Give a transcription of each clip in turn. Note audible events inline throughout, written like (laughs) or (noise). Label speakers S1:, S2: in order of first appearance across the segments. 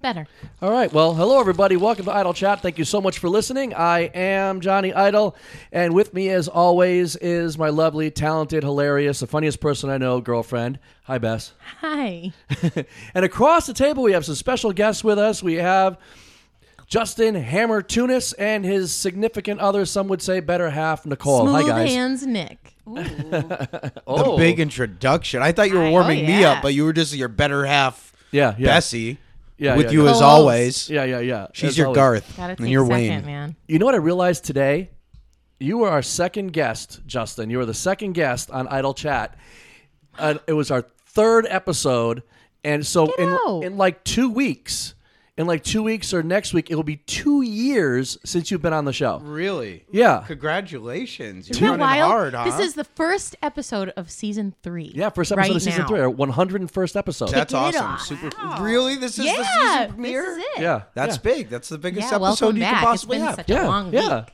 S1: better.
S2: All right. Well, hello, everybody. Welcome to Idle Chat. Thank you so much for listening. I am Johnny Idle, and with me, as always, is my lovely, talented, hilarious, the funniest person I know, girlfriend. Hi, Bess. (laughs)
S1: Hi.
S2: and across the table, we have some special guests with us. We have Justin Hammer Tunis and his significant other, some would say better half, Nicole.
S1: Smooth
S2: Hi, guys.
S1: hands, Nick.
S2: Oh.
S3: The big introduction. I thought you were
S1: Hi.
S3: warming
S1: Oh,
S3: me
S1: yeah.
S3: up, but you were just your better half,
S2: Yeah, yeah.
S3: Bessie,
S2: Yeah,
S3: with
S2: yeah,
S3: you
S2: yeah.
S3: as
S1: Co-host.
S3: always.
S2: Yeah, yeah, yeah.
S3: She's
S2: As
S3: your
S2: always.
S3: Garth,
S1: Gotta take
S3: and you're
S1: a second,
S3: Wayne.
S1: man.
S2: You know what I realized today? You were our second guest, Justin. You were the second guest on Idle Chat. And it was our third episode. And so
S1: Get out.
S2: in, in like two weeks, in like two weeks or next week, it'll be two years since you've been on the show.
S3: Really?
S2: Yeah.
S3: Congratulations.
S1: Isn't that wild? This is the first episode of season three.
S2: Yeah, first episode
S1: right
S2: of season
S1: now.
S2: three, our 101st episode.
S3: That's
S1: Kicking it
S3: awesome.
S1: off.
S3: Super. Really? This is the
S1: Yeah,
S3: season premiere?
S1: this is it.
S2: yeah.
S3: That's
S2: yeah.
S3: big. That's the biggest
S1: Yeah,
S3: episode
S1: welcome
S3: you
S1: back.
S3: could possibly
S1: it's been
S3: have.
S1: such
S2: Yeah.
S1: a long
S2: yeah.
S1: week.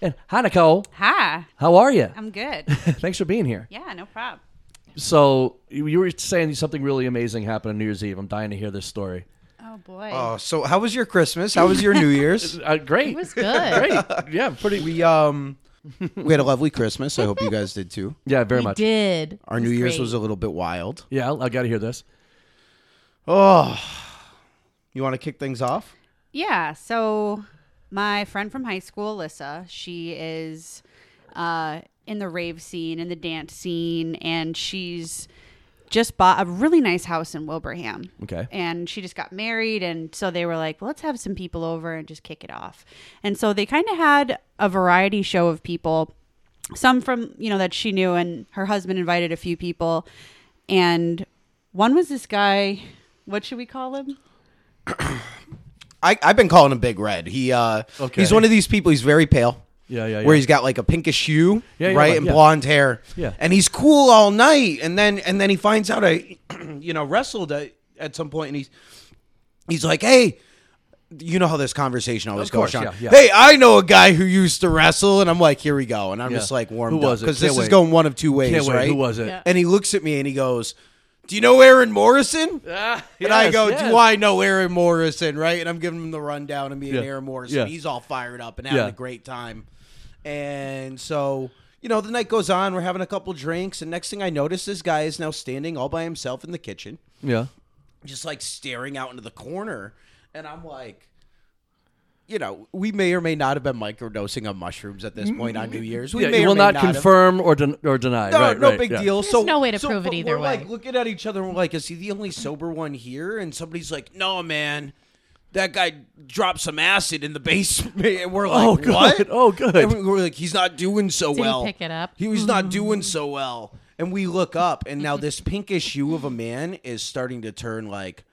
S2: And hi, Nicole.
S4: Hi,
S2: How are you?
S4: I'm good.
S2: Thanks for being here.
S4: Yeah, no problem.
S2: So you you were saying something really amazing happened on New Year's Eve. I'm dying to hear this story.
S4: Oh boy.
S3: Oh, so how was your Christmas? How
S1: (laughs)
S3: was your New Year's?
S2: Uh, (laughs) great.
S1: It was good.
S2: great. Yeah, pretty.
S3: we um we had a lovely Christmas. I hope you guys
S1: (laughs)
S3: did too.
S2: yeah, very
S1: We
S2: much.
S1: did.
S3: Our
S1: It
S3: New Year's
S1: great.
S2: uh,
S3: was a little bit wild.
S2: Yeah, I got to hear this.
S3: Oh. You want to kick things off?
S4: Yeah. So my friend from high school, Alyssa, she is uh, in the rave scene, in the dance scene, and she's just bought a really nice house in Wilbraham.
S2: Okay.
S4: And she just got married, and so they were like, well, "Let's have some people over and just kick it off." And so they kind of had a variety show of people, some from you know that she knew, and her husband invited a few people, and one was this guy. What should we call him?
S3: I, I've been calling him Big Red. He uh,
S2: Okay.
S3: he's one of these people. He's very pale.
S2: Yeah, yeah, yeah.
S3: Where he's got like a pinkish hue,
S2: Yeah, yeah,
S3: right,
S2: like-
S3: and
S2: yeah.
S3: blonde hair.
S2: Yeah.
S3: and he's cool all night, and then and then he finds out I, (clears throat) you know, wrestled at, at some point, and he's he's like, hey. You know how this conversation always
S2: Of course,
S3: goes, Sean.
S2: yeah, yeah.
S3: Hey, I know a guy who used to wrestle, and I'm like, here we go, and I'm
S2: Yeah.
S3: just like warmed
S2: Who was it?
S3: because
S2: Can't
S3: this
S2: wait.
S3: is going one of two ways,
S2: Can't wait.
S3: right?
S2: Who was it?
S4: Yeah.
S3: And he looks at me and he goes, "Do you know Aaron Morrison?" (laughs) and I
S2: Ah, yes,
S3: go,
S2: yes.
S3: "Do I know Aaron Morrison?" Right? And I'm giving him the rundown of me and
S2: Yeah,
S3: Aaron Morrison.
S2: yeah.
S3: He's all fired up and having
S2: Yeah.
S3: a great time. And so, you know, the night goes on. We're having a couple drinks, and next thing I notice, this guy is now standing all by himself in the kitchen,
S2: Yeah.
S3: just like staring out into the corner. And I'm like. You know, we may or may not have been microdosing on mushrooms at this point on New Year's. We
S2: yeah
S3: may
S2: you
S3: or
S2: will
S3: may
S2: not
S3: have.
S2: confirm or, den- or deny.
S3: No,
S2: right,
S3: no
S2: right,
S3: big
S2: yeah.
S3: deal. so
S1: no way to
S3: so-
S1: prove it
S3: but
S1: either
S3: we're
S1: way.
S3: Like looking at each other, and we're like, "Is he the only sober one here?" And somebody's like, "No, man, that guy dropped some acid in the basement." (laughs) And we're like,
S2: Oh, good.
S3: "What?
S2: (laughs) Oh, good.
S3: And we- we're like, "He's not doing so
S1: Did he
S3: well."
S1: pick it up? Mm-hmm.
S3: He was not doing so well. And we look up, and now this pinkish hue of a man is starting to turn like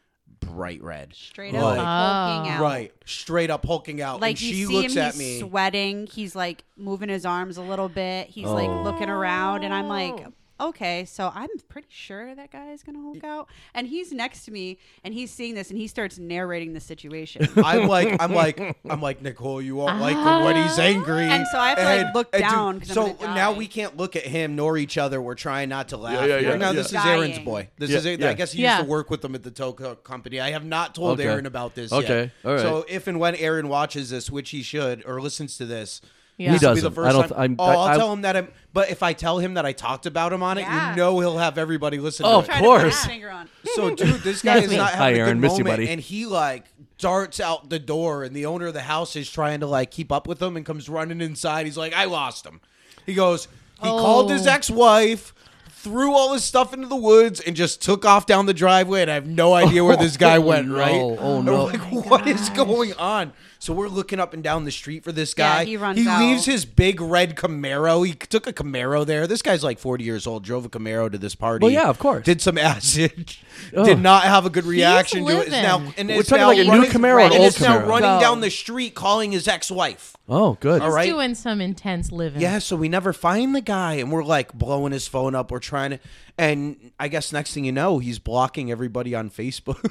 S3: bright red,
S4: straight
S3: like,
S4: up hulking out.
S3: right, straight up hulking out.
S4: Like
S3: and
S4: you
S3: she
S4: see
S3: looks
S4: him,
S3: at
S4: he's
S3: me.
S4: sweating. He's like moving his arms a little bit. He's like looking around, and I'm like,
S3: Oh.
S4: okay, so I'm pretty sure that guy is gonna hulk out. And he's next to me, and he's seeing this, and he starts narrating
S3: (laughs)
S4: the situation.
S3: I'm like,
S2: (laughs)
S3: I'm like, I'm like, Nicole, you won't like him when he's angry.
S4: Ah. And so I have to, like, look down 'cause I'm
S3: so
S4: gonna
S3: now
S4: die.
S3: we can't look at him nor each other. We're trying not to laugh.
S2: yeah, yeah,
S3: Right now,
S2: yeah.
S3: this is
S4: Dying.
S3: Aaron's boy. This
S2: Yeah,
S3: is.
S2: yeah.
S3: I guess he
S1: Yeah.
S3: used to work with them at the Toco company. I have not told
S2: Okay.
S3: Aaron about this.
S2: Okay,
S3: Yet.
S2: all right.
S3: So if and when Aaron watches this, which he should, or listens to this.
S1: Yeah. He
S3: this will be
S2: doesn't.
S3: the first
S2: I don't-
S3: Time.
S2: I'm-
S3: oh,
S2: I-
S3: will
S2: I-
S3: tell him that. I'm, but if I tell him that I talked about him on it,
S4: Yeah.
S3: you know he'll have everybody listen.
S2: Oh,
S3: to it.
S2: Of course.
S4: Finger on. (laughs)
S3: So, dude, this guy
S1: That's
S3: is
S1: me.
S3: not
S2: Hi,
S3: having
S2: Aaron.
S3: a good
S2: Miss you,
S3: moment,
S2: buddy.
S3: and he like darts out the door, and the owner of the house is trying to like keep up with him, and comes running inside. He's like, "I lost him." He goes, he called his
S1: Oh.
S3: ex-wife, threw all his stuff into the woods, and just took off down the driveway. And I have no idea where this
S2: (laughs)
S3: guy
S2: Oh,
S3: went.
S2: no.
S3: Right?
S2: Oh,
S3: And
S2: no.
S3: we're Like, what is going on? So we're looking up and down the street for this
S4: Yeah,
S3: guy.
S4: he runs
S3: He
S4: out.
S3: leaves his big red Camaro. He took a Camaro there. This guy's like 40 years old. Drove a Camaro to this party.
S2: Well, yeah, of course.
S3: Did
S2: (laughs)
S3: some acid. Did not have a good reaction to it. Is
S1: living.
S3: now and
S2: We're
S3: it's
S2: talking
S3: now
S2: like a new
S3: running-
S2: Camaro, an
S3: and
S2: old
S3: it's now
S2: Camaro.
S3: running
S1: Go.
S3: down the street calling his ex-wife.
S2: Oh, good.
S3: All right.
S1: Doing some intense living.
S3: Yeah, so we never find the guy, and we're like blowing his phone up. We're trying to, and I guess next thing you (laughs) know, he's blocking everybody on Facebook,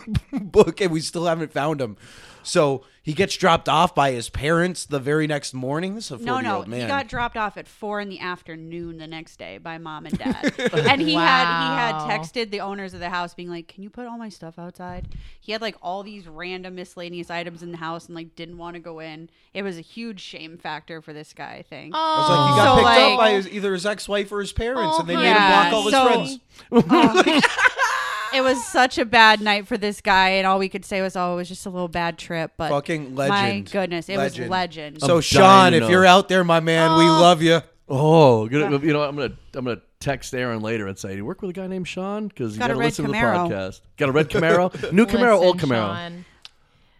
S3: book, and we still haven't found him. So He gets dropped off by his parents the very next morning. This is a
S4: No,
S3: forty year
S4: no,
S3: old man.
S4: he got dropped off at four in the afternoon the next day by mom and
S1: (laughs)
S4: dad, and he had he
S1: Wow.
S4: had texted the owners of the house being like, "Can you put all my stuff outside?" He had like all these random miscellaneous items in the house and like didn't want to go in. It was a huge shame factor for this guy. I think.
S1: Oh,
S3: It's like he got
S4: So,
S3: picked up
S4: like-
S3: by his, either his ex wife or his parents,
S1: Oh,
S3: and they
S1: my
S3: made him block
S1: God.
S3: all his
S4: So-
S3: friends.
S4: It was such a bad night for this guy, and all we could say was, "Oh, it was just a little bad trip." But
S3: Fucking
S4: My
S3: legend.
S4: goodness, it
S3: Legend.
S4: was legend.
S3: So
S2: I'm dying
S3: Sean,
S2: to
S3: if
S2: know.
S3: you're out there, my man, we love you.
S2: Oh, good. you know, I'm gonna I'm gonna text Aaron later and say, "You work with a guy named Sean because you
S4: Got a
S2: gotta
S4: red
S2: listen
S4: Camaro.
S2: to the podcast. Got a red Camaro, new Camaro, old
S1: Listen,
S2: Camaro.
S1: Sean,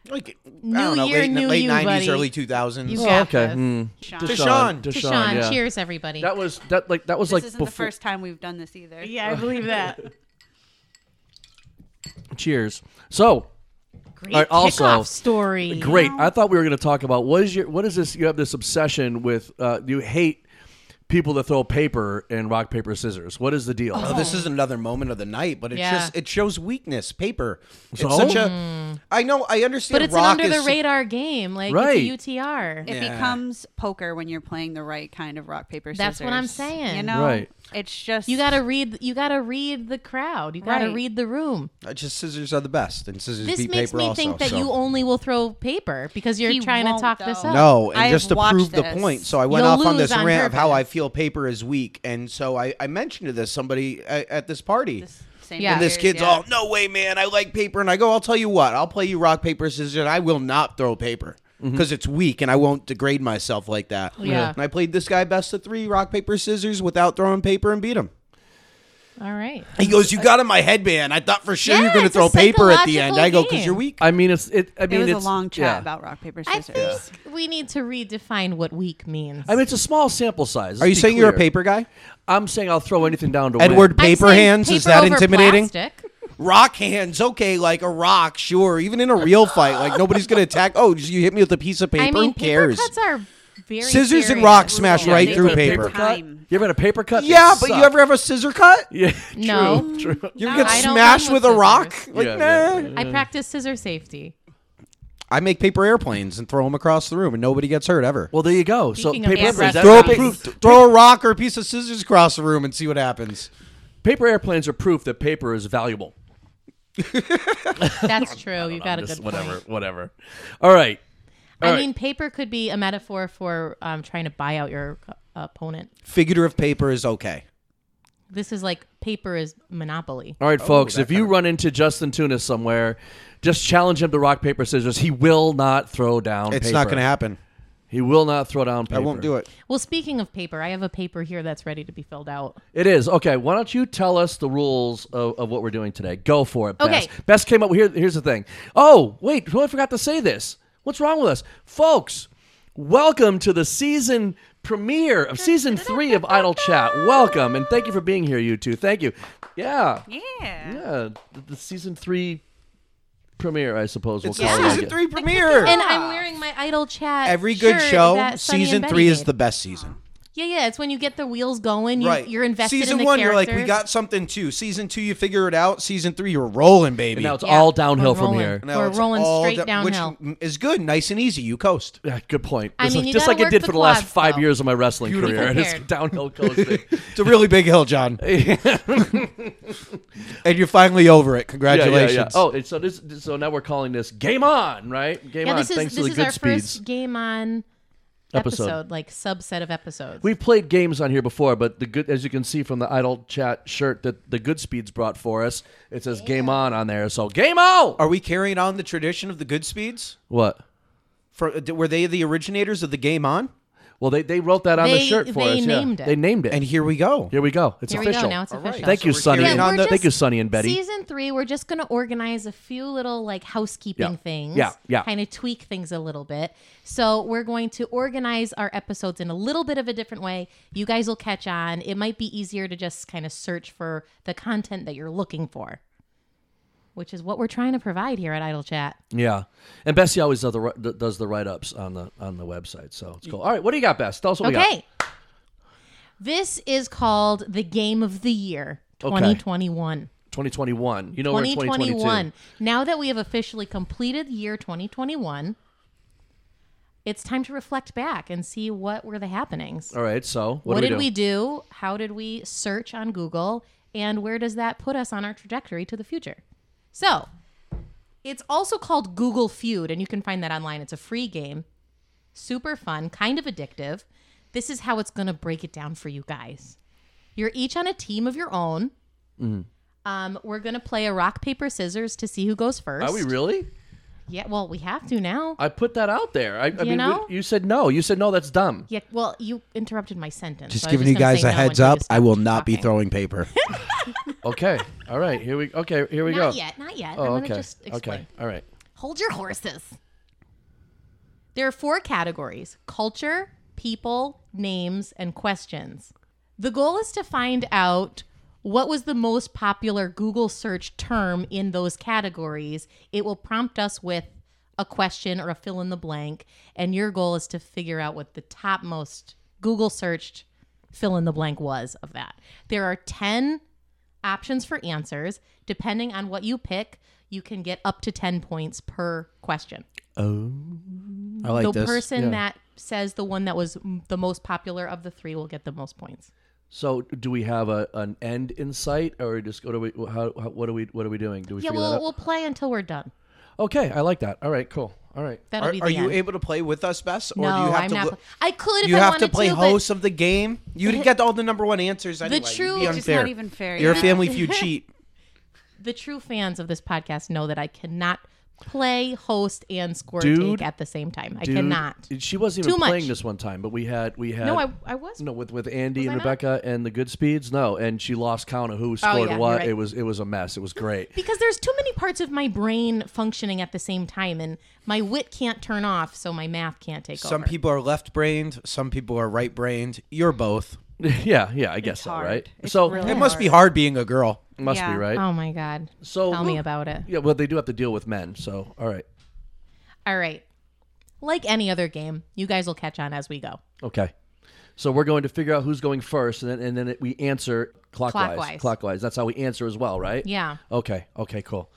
S3: Like I
S1: New
S3: don't know,
S1: year,
S3: late,
S1: new
S3: late
S1: you,
S3: 90s,
S1: buddy.
S3: early 2000s.
S1: You
S2: Oh,
S1: got
S2: okay.
S1: this.
S2: Hmm.
S4: Sean.
S2: Deshaun,
S3: Deshaun.
S2: Deshaun,
S1: Deshaun,
S2: yeah.
S1: cheers everybody.
S2: That was that like that was
S4: this
S2: like
S4: isn't
S2: before.
S4: the first time we've done this either.
S1: yeah, I believe that.
S2: Cheers. So
S1: Great
S2: All right, also-
S1: kickoff story.
S2: Great. I thought we were going to talk about what is your what is this? You have this obsession with uh, you hate people that throw paper and rock paper scissors. What is the deal?
S3: Oh, this is another moment of the night, but it
S1: Yeah.
S3: just it shows weakness. Paper.
S2: So?
S3: It's such a. I know. I understand.
S1: Mm. But it's an
S3: rock
S1: under the
S3: is-
S1: radar game. Like
S2: Right.
S1: it's a UTR.
S4: It
S3: Yeah.
S4: becomes poker when you're playing the right kind of rock paper scissors.
S1: That's what I'm saying.
S4: You know,
S2: Right.
S4: it's just
S1: you gotta read you gotta read the crowd. You gotta
S4: Right.
S1: read the room.
S3: Uh, Just scissors are the best, and scissors
S1: This
S3: beat
S1: makes
S3: paper
S1: me
S3: also,
S1: think that
S3: so.
S1: you only will throw paper because you're
S4: He
S1: trying to
S4: won't,
S1: talk this
S4: though.
S1: up.
S3: No, and
S4: I've
S3: just to
S4: watched
S3: prove the
S4: this.
S3: point, so I went
S1: You'll
S3: off on
S1: lose
S3: this
S1: on
S3: rant of how
S1: purpose.
S3: I feel paper is weak, and so I, I mentioned to this somebody uh, at this party.
S4: This, same
S1: Yeah.
S3: and this
S4: behaviors,
S3: kid's
S4: yeah.
S3: all, no way, man. I like paper. And I go, I'll tell you what, I'll play you rock, paper, scissors. And I will not throw paper because it's weak and I won't degrade myself like that.
S1: Oh, Yeah.
S3: And I played this guy best of three rock, paper, scissors without throwing paper and beat him.
S1: All right.
S3: He goes, You got on my headband. I thought for sure you
S1: Yeah,
S3: were going to
S1: it's a
S3: throw paper at the end.
S1: psychological
S3: I go, Because
S1: game.
S3: you're weak.
S2: I mean, it's it. I mean,
S4: It was a
S2: it's-
S4: long chat
S2: yeah.
S4: about rock paper
S1: I
S4: scissors.
S1: think we need to redefine what weak means.
S2: I mean, it's a small sample size.
S3: Are
S2: Let's be
S3: you saying you're a
S2: clear.
S3: paper guy?
S2: I'm saying I'll throw anything down to win.
S3: Edward
S1: I'm
S3: Paper
S1: saying
S3: hands? Is
S1: paper
S3: that
S1: over
S3: intimidating?
S1: plastic.
S3: Rock hands, okay, like a rock, sure. Even in a real fight, like nobody's going to attack. Oh, you hit me with a piece of paper?
S1: I mean,
S3: Who cares?
S1: paper cuts are very
S3: Scissors and
S1: serious.
S3: rocks smash
S4: Yeah,
S3: right
S4: they
S3: through
S4: put
S2: paper,
S3: paper.
S2: cut?
S4: Time.
S2: You ever had a paper cut?
S3: Yeah,
S2: It
S3: but you
S2: sucked.
S3: ever have a scissor cut?
S2: Yeah,
S1: No.
S2: true, true.
S3: You ever
S1: No,
S3: get
S1: I don't
S3: smashed
S1: run
S3: with
S1: with
S3: a rock?
S1: scissors.
S3: (laughs) Like,
S2: Yeah,
S3: nah.
S2: yeah,
S1: I practice scissor safety.
S3: I make paper airplanes and throw them across the room, and nobody gets hurt ever.
S2: Well, there you go.
S1: Speaking
S2: so paper,
S1: of paper,
S2: airplanes,
S1: that's
S3: throw, a
S1: nice.
S2: that's
S3: pa-
S2: proof.
S1: Proof.
S3: throw a rock or a piece of scissors across the room and see what happens.
S2: Paper airplanes are proof that paper is valuable.
S3: (laughs)
S1: That's true. You got a
S2: Just
S1: good
S2: whatever,
S1: point.
S2: whatever. All right. All
S1: I
S2: right.
S1: mean, paper could be a metaphor for um, trying to buy out your uh, opponent.
S3: Figure of paper is okay.
S1: This is like paper is monopoly.
S2: All right, folks.
S3: Oh, that
S2: If you run into Justin Tunis somewhere, just challenge him to rock paper scissors. He will not throw down.
S3: It's not
S2: paper.
S3: going to happen.
S2: He will not throw down. Paper.
S3: I won't do it.
S1: Well, speaking of paper, I have a paper here that's ready to be filled out.
S2: It is okay. Why don't you tell us the rules of, of what we're doing today? Go for it.
S1: Okay.
S2: Bess. Bess came up. Here, here's the thing. Oh wait, totally forgot to say this. What's wrong with us, folks? Welcome to the season premiere of season three of Idle Chat. Welcome and thank you for being here, you two. Thank you. Yeah.
S4: Yeah.
S2: Yeah, the, the season three premiere, I suppose we'll
S3: It's
S2: call
S3: a
S2: it.
S3: season three premiere.
S1: And I'm wearing my idle chat.
S3: Ah. Every good
S1: shirt
S3: show,
S1: that Sonny
S3: season
S1: and
S3: three
S1: Betty
S3: is
S1: made.
S3: the best season.
S1: Yeah, yeah. It's when you get the wheels going. You,
S3: right.
S1: You're invested
S3: season
S1: in the
S3: one,
S1: characters.
S3: you're like, we got something too. Season two, you figure it out. Season three, you're rolling, baby.
S2: And now it's
S1: Yeah,
S2: all downhill
S1: we're
S2: from
S1: rolling.
S2: here.
S3: Now
S1: We're
S3: it's
S1: rolling
S3: all
S1: straight
S3: da-
S1: downhill.
S3: Which is good, nice and easy. You coast.
S2: Yeah, good point.
S1: I
S2: Just,
S1: mean, you
S2: just
S1: gotta
S2: like it
S1: work
S2: did
S1: the
S2: for the last
S1: quads,
S2: five
S1: though.
S2: years of my wrestling
S3: Beautiful.
S2: career. (laughs) It's
S1: prepared.
S2: downhill coasting.
S3: It's a really big
S2: (laughs)
S3: hill, John. (laughs) and you're finally over it.
S2: Yeah, yeah,
S3: Congratulations.
S2: yeah. Oh, and so this, so now we're calling this game on, right? Game
S1: yeah,
S2: on.
S1: this is
S2: Thanks
S1: this
S2: to the
S1: is
S2: good
S1: our
S2: speeds
S1: first game on
S2: episode.
S1: episode, like subset of episodes.
S2: We've played games on here before, but the good, as you can see from the idle chat shirt that the good speeds brought for us, it says game on on there. So game on.
S3: Are we carrying on the tradition of the good speeds?
S2: What?
S3: For, uh, d- were they the originators of the game on?
S2: Well, they, they wrote that on the
S1: They-
S2: shirt for
S1: they
S2: us.
S1: named
S2: yeah.
S1: it.
S2: They named it.
S3: And here we go.
S2: Here we go. It's
S1: Here
S2: official.
S1: we go. Now it's
S3: All right.
S1: official.
S2: Thank you,
S3: So we're
S2: Sonny.
S3: carrying
S2: and-
S3: on the-
S2: Thank you, Sonny and Betty.
S1: Season three, we're just going to organize a few little like housekeeping
S2: Yeah.
S1: things.
S2: Yeah. Yeah.
S1: Kind of tweak things a little bit. So we're going to organize our episodes in a little bit of a different way. You guys will catch on. It might be easier to just kind of search for the content that you're looking for, which is what we're trying to provide here at Idle Chat.
S2: Yeah, and Bessie always does the ri- d- does the write ups on the on the website, so it's cool. All right, what do you got, Bess? Tell us what we got.
S1: Okay. This is called the Game of the Year
S2: Okay.
S1: 2021.
S2: 2021. You know we're in 2022.
S1: 2021. Now that we have officially completed year 2021, it's time to reflect back and see what were the happenings.
S2: All right. So
S1: What,
S2: what, do
S1: did
S2: we
S1: we
S2: do?
S1: do? How did we search on Google? And where does that put us on our trajectory to the future? So it's also called Google Feud, and you can find that online. It's a free game, super fun, kind of addictive. This is how it's going to break it down for you guys. You're each on a team of your own.
S3: Mm-hmm.
S1: Um, we're going to play a rock, paper, scissors to see who goes first.
S2: Are we really?
S1: Yeah, well, we have to now.
S2: I put that out there. I, I mean,
S1: know?
S2: we- you said no. You said no. That's dumb.
S1: yeah, well, you interrupted my sentence.
S3: Just
S1: so I was
S3: giving you
S1: gonna
S3: guys
S1: say
S3: a
S1: no
S3: heads
S1: until you
S3: up, I
S1: stopped
S3: will not be
S1: talking.
S3: throwing paper.
S1: (laughs)
S2: Okay. All right. Here we. Okay. Here we
S1: Not
S2: go.
S1: yet, not yet. I'm
S2: Oh,
S1: going to
S2: okay.
S1: just explain.
S2: Okay. All right.
S1: Hold your horses. There are four categories culture, people, names, and questions. The goal is to find out what was the most popular Google search term in those categories. It will prompt us with a question or a fill in the blank, and your goal is to figure out what the top most Google searched fill in the blank was of that. There are 10 options for answers. Depending on what you pick, you can get up to 10 points per question.
S3: I like
S1: the
S3: this.
S1: person that says the one that was m- the most popular of the three will get the most points.
S2: So, do we have a an end in sight, or just go to we? How, how? What are we? What are we doing? Do we
S1: Yeah,
S2: figure
S1: we'll,
S2: that out?
S1: we'll play until we're done.
S2: okay. I like that. All right. Cool. All right.
S1: (laughs) That'll
S3: Are,
S1: be the
S3: are you
S1: end.
S3: able to play with us, Bess? Or
S1: no,
S3: do you have
S1: I'm
S3: to
S1: not.
S3: lo-
S1: pl- I could if
S3: you
S1: I
S3: have
S1: wanted
S3: to play
S1: but
S3: host of the game. You didn't get all the number one answers anyway. You'd
S1: true-
S3: be
S1: It's
S4: just not
S3: unfair.
S4: even fair,
S3: You're
S4: yeah.
S3: a
S1: (laughs)
S3: family feud cheat.
S1: the true fans of this podcast know that I cannot play host and score
S2: Dude.
S1: take at the same time. I
S2: Dude,
S1: cannot.
S2: She wasn't even
S1: Too much.
S2: playing this one time, but we had we had.
S1: No, I, I was.
S2: No, with with Andy and
S1: I not? Oh,
S2: Rebecca and the Good Speeds. No, and she lost count of who scored
S1: yeah,
S2: what.
S1: you're right.
S2: It was it was a mess. It was great.
S1: Because there's too many parts of my brain functioning at the same time, and my wit can't turn off, so my math can't take
S3: Some
S1: over.
S3: people are left brained, some people are right brained. You're both.
S2: (laughs) yeah, yeah, I guess so,
S4: hard.
S2: right?
S4: It's
S2: so
S4: really
S3: It must be hard being a girl.
S2: it must
S4: Yeah.
S2: be right.
S1: Oh my god!
S2: so
S1: Tell me about it.
S2: Yeah, well, they do have to deal with men. So all right,
S1: All right. Like any other game, you guys will catch on as we go.
S2: okay. So we're going to figure out who's going first, and then and then it, we answer clockwise.
S1: Clockwise.
S2: That's how we answer as well, right?
S1: Yeah.
S2: Okay. Okay. Cool.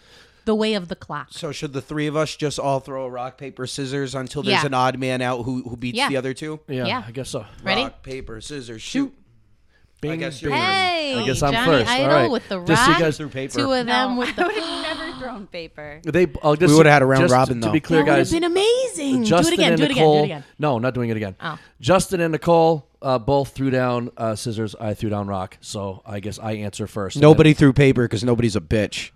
S1: The way of the clock.
S3: So should the three of us just all throw a rock, paper, scissors until there's
S1: Yeah.
S3: an odd man out who, who beats
S1: Yeah.
S3: the other two?
S2: Yeah.
S1: Yeah.
S2: I guess so.
S1: Ready?
S3: Rock, paper, scissors, shoot.
S2: Bing,
S3: guess
S2: bing.
S3: you're-
S1: Hey,
S2: I guess I'm
S1: Johnny
S2: first.
S1: Idol
S2: all right.
S1: with the rock.
S2: Just so you guys-
S3: Through paper.
S1: Two of them
S4: No,
S1: with
S4: I
S1: the.
S4: would (laughs) have never thrown paper.
S2: They. I'll just,
S3: would've had a round
S2: just
S3: robin,
S2: To
S3: though.
S2: be clear,
S1: That would have
S2: guys.
S1: been amazing.
S2: Justin
S1: do it again.
S2: and
S1: Do it again.
S2: Nicole.
S1: Do it again.
S2: No, not doing it again.
S1: Oh.
S2: Justin and Nicole uh, both threw down uh, scissors. I threw down rock. So I guess I answer first.
S3: Nobody threw paper because nobody's a bitch.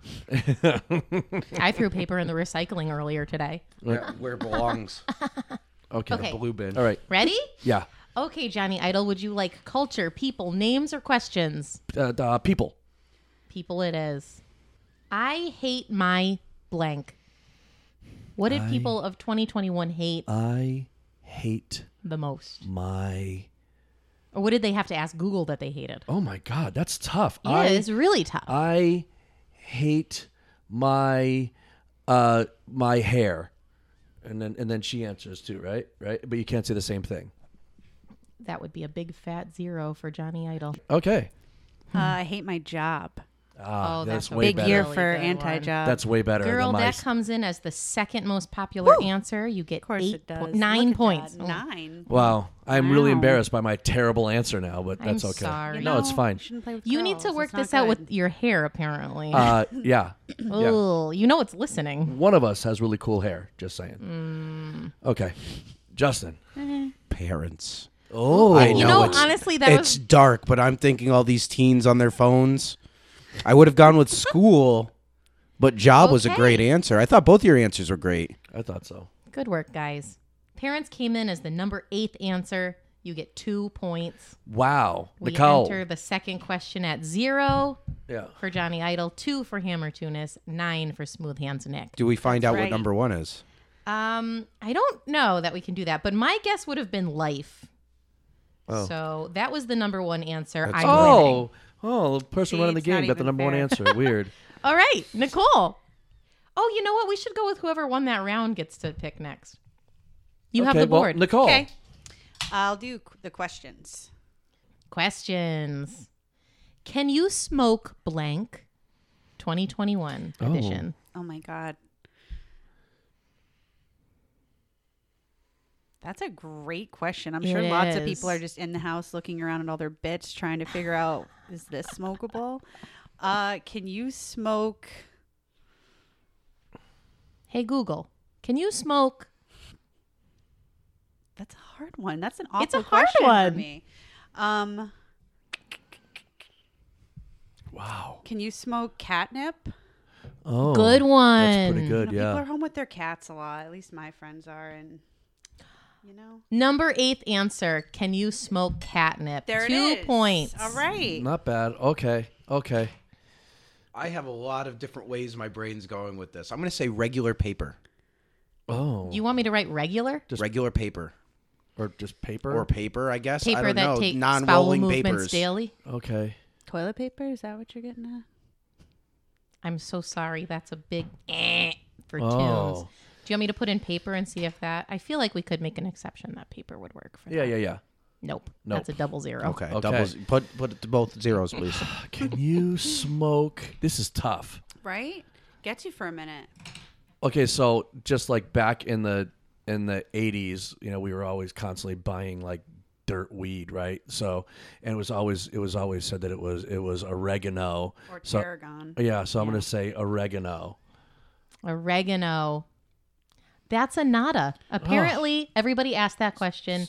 S1: I threw paper in the recycling earlier today.
S3: Where
S1: (laughs)
S3: it belongs.
S2: Okay.
S1: Okay.
S3: Blue bin.
S2: All right.
S1: Ready?
S2: Yeah.
S1: Okay, Johnny Idol. Would you like culture, people, names, or questions?
S2: Uh, uh, people.
S1: People, it is. I hate my blank. What did people of 2021 hate
S2: I hate
S1: the most?
S2: my.
S1: Or what did they have to ask Google that they hated?
S2: Oh my God, that's tough.
S1: Yeah,
S2: I
S1: it's really tough.
S2: I hate my uh my hair. And then and then she answers too, right? Right? But you can't say the same thing.
S1: that would be a big fat zero for Johnny Idol.
S2: Okay.
S4: Uh, I hate my job.
S2: Ah,
S1: Oh,
S2: that's,
S1: that's a
S2: way
S4: Big
S2: better.
S4: year
S1: Really
S4: for
S1: good
S4: anti-job.
S2: That's way better
S1: Uh, Girl,
S2: than my
S1: that comes in as the second most popular answer. You get
S4: of course
S1: eight
S4: it does.
S1: po- nine
S4: Look at
S1: points.
S4: that.
S1: Oh.
S4: Nine.
S2: Wow. I'm really
S4: Wow.
S2: embarrassed by my terrible answer now, but that's okay.
S1: sorry. You
S2: No, it's
S4: know,
S2: fine.
S4: shouldn't play with
S1: You need
S4: girls.
S1: to
S4: It's
S1: work
S4: not
S1: this out
S4: good.
S1: with your hair, apparently.
S2: Uh
S1: (coughs)
S2: yeah. yeah.
S1: Oh, you know it's listening.
S2: One of us has really cool hair, just saying.
S1: Mm.
S2: Okay. Justin.
S3: Parents.
S2: Oh,
S3: I
S1: You
S3: No,
S1: know,
S3: it's-
S1: honestly, that
S3: it's
S1: was
S3: dark, but I'm thinking all these teens on their phones. I would have gone with school, but job was a
S1: Okay.
S3: great answer. I thought both your answers were great.
S2: I thought so.
S1: good work, guys. Parents came in as the number eighth answer. You get two points.
S2: Wow.
S1: We
S2: Nicole.
S1: enter the second question at zero
S2: yeah.
S1: for Johnny Idol, two for Hammer Tunis, nine for Smooth Hands Nick.
S3: Do we find out what
S4: right.
S3: number one is?
S1: Um, I don't know that we can do that, but my guess would have been life. So that was the number one answer. I'm winning.
S2: Oh, oh, the person
S4: See,
S2: running the
S4: it's not
S2: game got the
S4: even
S2: number one
S4: fair.
S2: answer. Weird.
S1: all right, Nicole. Oh, you know what? We should go with whoever won that round gets to pick next. (laughs) You have
S2: Okay,
S1: the
S2: well,
S1: board.
S2: Nicole.
S4: Okay. I'll do qu- the questions.
S1: Questions. Can you smoke blank? 2021
S2: Oh.
S1: edition.
S4: Oh my god. That's a great question. I'm
S1: It
S4: sure lots of
S1: is.
S4: people are just in the house looking around at all their bits trying to figure out is this
S1: (laughs)
S4: smokable? Uh, can you smoke?
S1: Hey Google, can you smoke?
S4: That's a hard one. That's an awful
S1: a hard
S4: question
S1: one.
S4: for me. Um,
S2: Wow.
S4: can you smoke catnip?
S2: Oh,
S1: Good one.
S2: That's pretty good.
S4: You know, People are
S2: Yeah.
S4: home with their cats a lot. At least my friends are, and you know,
S1: Number eight answer: Can you smoke catnip?
S4: there
S1: Two
S4: it is.
S1: points.
S4: All right.
S2: Not bad. Okay. Okay.
S3: I have a lot of different ways my brain's going with this. I'm going to say regular paper.
S2: Oh.
S1: You want me to write regular?
S3: regular paper.
S2: or just paper.
S3: Or paper, I guess. I
S1: Paper
S3: don't
S1: that
S3: know.
S1: takes
S3: non
S1: bowel
S3: rolling
S1: movements
S3: papers.
S1: daily.
S2: okay.
S4: Toilet paper? Is that what you're getting at?
S1: I'm so sorry. That's a big eh for tunes.
S2: Oh.
S1: Do you want me to put in paper and see if that? I feel like we could make an exception that paper would work for.
S2: Yeah. Yeah. Yeah.
S1: Nope.
S2: Nope.
S1: That's a double zero.
S3: Okay. Doubles, put put both zeros, please.
S2: Can you smoke? This is tough.
S4: Right? Gets you for a minute.
S2: Okay, so just like back in the in the eighties, you know, we were always constantly buying like dirt weed, right? So and it was always it was always said that it was it was oregano.
S4: Or
S2: So-
S4: tarragon.
S3: uh,
S2: Yeah, so I'm gonna say oregano.
S1: Oregano. That's a nada. Apparently, everybody asked that question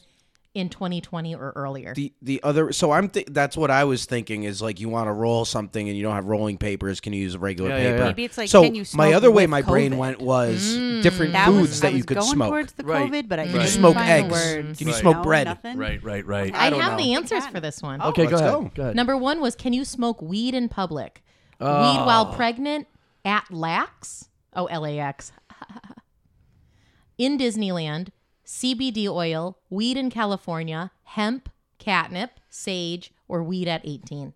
S1: in 2020 or earlier.
S3: the the other so i'm th- that's what i was thinking is like you want to roll something and you don't have rolling papers can you use regular
S2: Yeah, yeah,
S3: paper
S2: yeah.
S4: Maybe it's like,
S3: so
S4: can you
S3: my
S4: smoke
S3: other way
S4: with
S3: my brain
S4: COVID?
S3: went was different
S4: That
S3: foods
S4: was, I
S3: that you
S4: was
S3: could
S4: going
S3: smoke
S4: towards the
S2: Right.
S4: COVID, but I
S2: Right.
S4: couldn't
S3: smoke
S4: find
S3: eggs?
S4: the words.
S3: Can you smoke
S4: No,
S3: bread?
S4: nothing?
S2: Right, right, right.
S1: I,
S3: don't
S1: have
S3: know.
S1: the answers for this one.
S4: Oh.
S2: okay, go
S3: Let's
S2: ahead.
S3: go.
S2: Go ahead.
S1: Number one was can you smoke weed in public? Weed
S2: Oh.
S1: while pregnant at LAX? Oh, LAX. (laughs) in Disneyland, CBD oil, weed in California, hemp, catnip, sage, or weed at 18.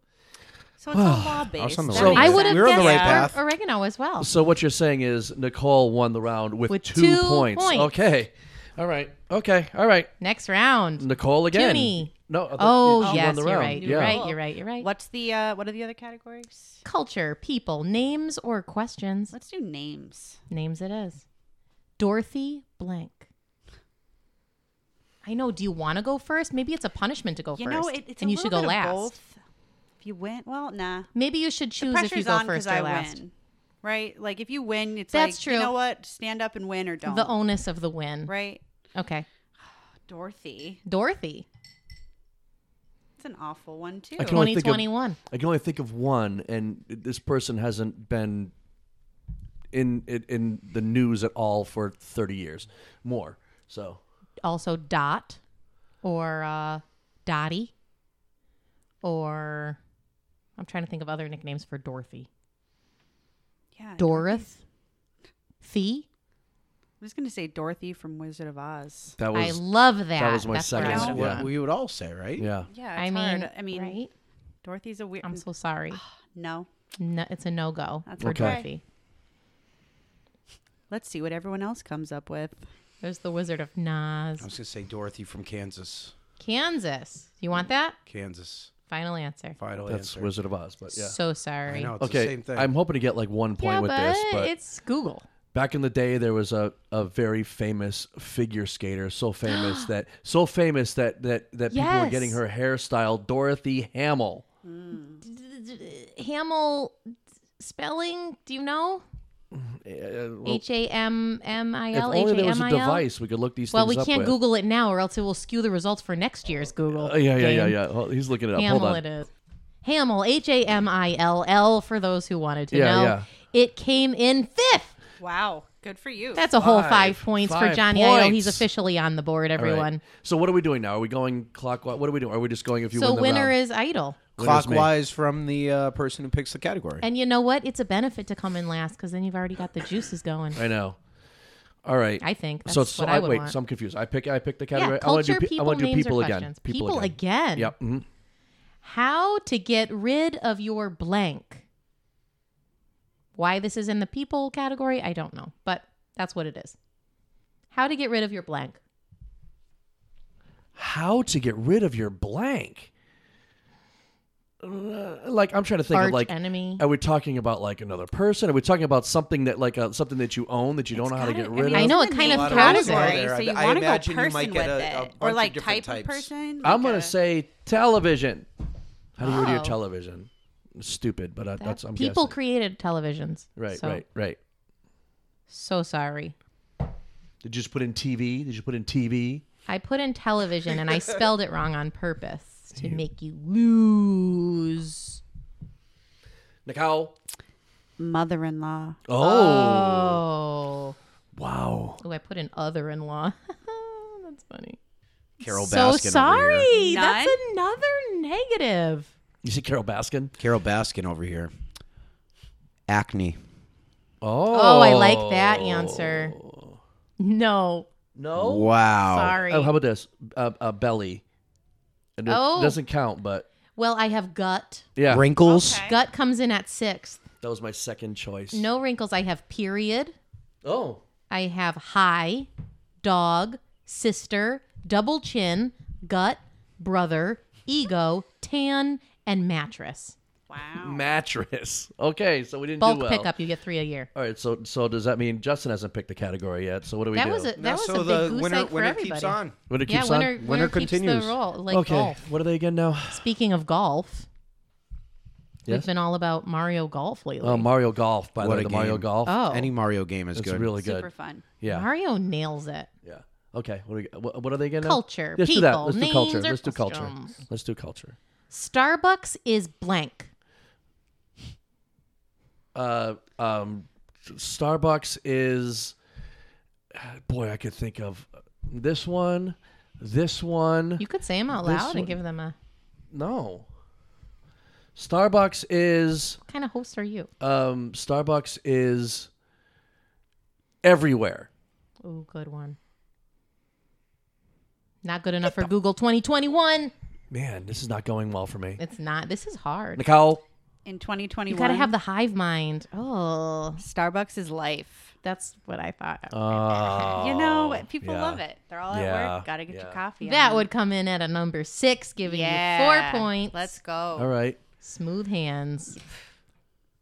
S4: So
S3: (sighs)
S4: it's all law based.
S3: on the
S4: That
S3: road.
S4: makes
S1: I would have
S3: We're
S4: sense.
S3: on the
S1: guessed
S3: right
S1: or-
S3: path.
S1: oregano as well.
S2: So what you're saying is Nicole won the round with,
S1: With
S2: two,
S1: two
S2: points.
S1: points.
S2: Okay. All right. Okay. All right.
S1: Next round.
S2: Nicole again.
S1: Tooney.
S2: No. I thought she
S1: Oh,
S2: won
S1: yes,
S2: the
S1: you're
S2: round.
S1: right. You're
S2: yeah.
S1: right. You're right. You're right.
S4: What's the uh, what are the other categories?
S1: Culture, people, names, or questions.
S4: Let's do names.
S1: Names it is. Dorothy blank. I know. Do you want to go first? Maybe it's a punishment to go
S4: You
S1: first.
S4: know, it, it's
S1: and
S4: a
S1: you should
S4: little
S1: go
S4: bit of
S1: last.
S4: both. If you win, well, nah.
S1: Maybe you should choose if you
S4: pressure's
S1: go
S4: on 'cause
S1: first or
S4: I
S1: last.
S4: win, right? Like if you win, it's
S1: That's
S4: like
S1: true.
S4: you know what, stand up and win or don't.
S1: The onus of the win.
S4: right,
S1: Okay.
S4: Dorothy.
S1: Dorothy,
S4: It's an awful one too.
S2: I can only think of-
S1: 2021.
S2: I can only think of one, and this person hasn't been in in, in the news at all for thirty years more. So
S1: Also, Dot or uh, Dottie or I'm trying to think of other nicknames for Dorothy.
S4: yeah,
S1: Dorothy.
S4: I'm just gonna say Dorothy from Wizard of Oz.
S2: that
S1: I
S2: was
S1: love that.
S2: was my
S1: That's where
S2: second
S1: I would've
S2: one.
S1: gone.
S2: Yeah.
S3: what we would all say right
S2: yeah.
S4: Yeah,
S1: I mean,
S4: I mean,
S1: right?
S4: Dorothy's a weird.
S1: I'm so sorry.
S4: no.
S1: No, it's a no go
S4: That's
S1: for
S2: okay.
S1: Dorothy.
S4: Let's see what everyone else comes up with.
S1: There's the Wizard of
S3: i
S1: Nas.
S3: was gonna say dorothy from kansas
S1: Kansas. You want that?
S3: kansas
S1: Final answer.
S3: final
S2: That's
S3: answer
S2: Wizard of Oz, but yeah.
S1: So sorry.
S3: i know it's
S2: okay,
S3: the same thing
S2: I'm hoping to get like one point
S1: yeah,
S2: with
S1: but,
S2: this, but
S1: it's Google.
S2: back in the day there was a, a very famous figure skater, so
S1: (gasps)
S2: famous that so famous that that that people were
S1: Yes.
S2: getting her hairstyle Dorothy Hamill.
S1: Hamill spelling, do you know?
S2: Mm,
S1: H A M M I
S2: If
S1: L H
S2: only
S1: A
S2: there was
S1: M
S2: a
S1: I L.
S2: device we could look these
S1: Well, we
S2: things up
S1: can't
S2: with.
S1: Google it now, or else it will skew the results for next year's Google.
S2: Oh, yeah, yeah, yeah,
S1: game.
S2: yeah. Hold- He's looking it up.
S1: Hamill
S2: Hold
S1: it
S2: on.
S1: is. Hamill, H A M I L L, for those who wanted to
S2: Yeah,
S1: know.
S2: yeah.
S1: It came in fifth.
S4: Wow, good for you.
S1: That's a whole
S2: Five.
S1: five points
S2: Five
S1: for Johnny Idol.
S2: points.
S1: He's officially on the board,
S2: All right.
S1: everyone.
S2: So what are we doing now? Are we going clockwise? What are we doing? Are we just going if you
S1: So
S2: win the
S1: winner
S2: round?
S1: is Idol.
S2: Winner's me.
S3: clockwise from the uh, person who picks the category
S1: And you know what? It's a benefit to come in last because then you've already got the juices going.
S2: I know. All right.
S1: I think that's
S2: so
S1: what I, would
S2: wait.
S1: want.
S2: So I'm confused. I pick. I pick the
S1: yeah,
S2: category. I want to do.
S1: culture,
S2: pe- I
S1: people,
S2: want to do
S1: names,
S2: people
S1: or
S2: again.
S1: questions. People again.
S2: Yep. mhm.
S1: How to get rid of your blank? Why this is in the people category, I don't know, but that's what it is. How to get rid of your blank?
S2: How to get rid of your blank? uh, like I'm trying to think
S1: Arch
S2: of like oh,
S1: enemy.
S2: Are we talking about like another person? Are we talking about something that like uh, something that you own that you don't know how to
S4: gotta-
S2: get rid
S4: mean,
S1: I
S2: of?
S1: know,
S4: it's
S1: it
S4: in
S1: kind
S4: the
S1: of
S4: main
S1: throws it.
S4: category,
S3: There,
S4: So
S3: I-
S4: you
S3: I
S4: want to go
S3: imagine you
S4: person
S3: might
S4: with
S3: get a- a
S4: it,
S3: bunch
S4: or
S3: of
S4: like
S3: different
S4: type
S3: types.
S4: of person.
S2: I'm
S4: like
S2: gonna
S4: a-
S2: say television. How do you get rid of
S1: Oh.
S2: your television? Stupid, but uh, that's I'm
S1: People
S2: guessing.
S1: created televisions.
S2: right,
S1: so,
S2: right, right.
S1: So sorry.
S2: Did you just put in TV? Did you put in TV?
S1: I put in television
S2: (laughs)
S1: and I spelled it wrong on purpose to make you lose.
S2: Nicole.
S4: mother-in-law.
S1: Um,
S2: Oh,
S1: Oh.
S2: wow.
S1: Oh, I put in other in law. (laughs) That's funny.
S3: Carol
S1: so
S3: Baskin. Over here.
S1: sorry.
S4: None?
S1: That's another negative.
S2: You see Carol Baskin?
S3: Carol Baskin over here. Acne.
S2: Oh,
S1: Oh, I like that answer. No.
S2: No.
S3: wow.
S1: Sorry.
S2: Oh, how about this? Uh, uh, belly. And it
S1: Oh.
S2: doesn't count, but
S1: well, I have gut.
S2: yeah,
S3: Wrinkles.
S4: Okay.
S1: Gut comes in at sixth.
S2: that was my second choice.
S1: No wrinkles. I have period.
S2: Oh,
S1: I have high, dog, sister, double chin, gut, brother, ego, tan, and mattress.
S4: Wow.
S2: (laughs) mattress. Okay, so we didn't
S1: Bulk
S2: do well.
S1: pickup, you get three a year.
S2: All right, so so does that mean Justin hasn't picked the category yet? So what do we
S1: That
S2: do?
S1: was a that
S3: No,
S1: was
S3: so
S1: a
S3: the
S1: big goose
S3: winner-
S1: egg for
S3: winner
S1: everybody.
S3: keeps on.
S2: Winner
S1: yeah,
S2: keeps
S1: winner,
S2: on.
S1: winner, continues.
S3: continues.
S1: the role, like
S2: okay,
S1: golf.
S2: what are they again now?
S1: Speaking of golf,
S2: Yes?
S1: we've been all about Mario Golf lately.
S2: Oh, Mario Golf. By the
S3: What
S2: way,
S3: a
S2: the Mario
S3: game.
S2: Golf.
S1: Oh.
S3: Any Mario game is
S2: it's
S3: good.
S2: really good.
S4: Super fun.
S2: Yeah,
S1: Mario nails it.
S2: yeah. Okay, what are, we, what, what are they again? now?
S1: Culture,
S2: Let's do that.
S1: people,
S2: Let's do
S1: names,
S2: culture.
S1: or
S2: Let's do culture.
S1: customs.
S2: Let's do culture.
S1: Starbucks is blank.
S2: uh, um, Starbucks is. Boy, I could think of this one, this one.
S1: You could say them out
S2: This
S1: loud
S2: one-
S1: and give them a
S2: no. Starbucks is.
S1: what kind of host are you?
S2: Um, Starbucks is everywhere.
S1: Oh, good one. Not good enough for Google 2021.
S2: Man, this is not going well for me.
S1: It's not. This is hard.
S2: Nicole.
S4: In
S1: You
S4: 2021,
S1: gotta have the hive mind. Oh,
S4: Starbucks is life.
S1: that's what I thought.
S2: Uh,
S4: you know, people
S2: yeah.
S4: love it. They're all at
S2: Yeah,
S4: work. Gotta get
S2: yeah.
S4: your coffee.
S1: that
S4: on.
S1: would come in at a number six, giving
S4: yeah.
S1: you four points.
S4: Let's go.
S2: all right.
S1: smooth hands.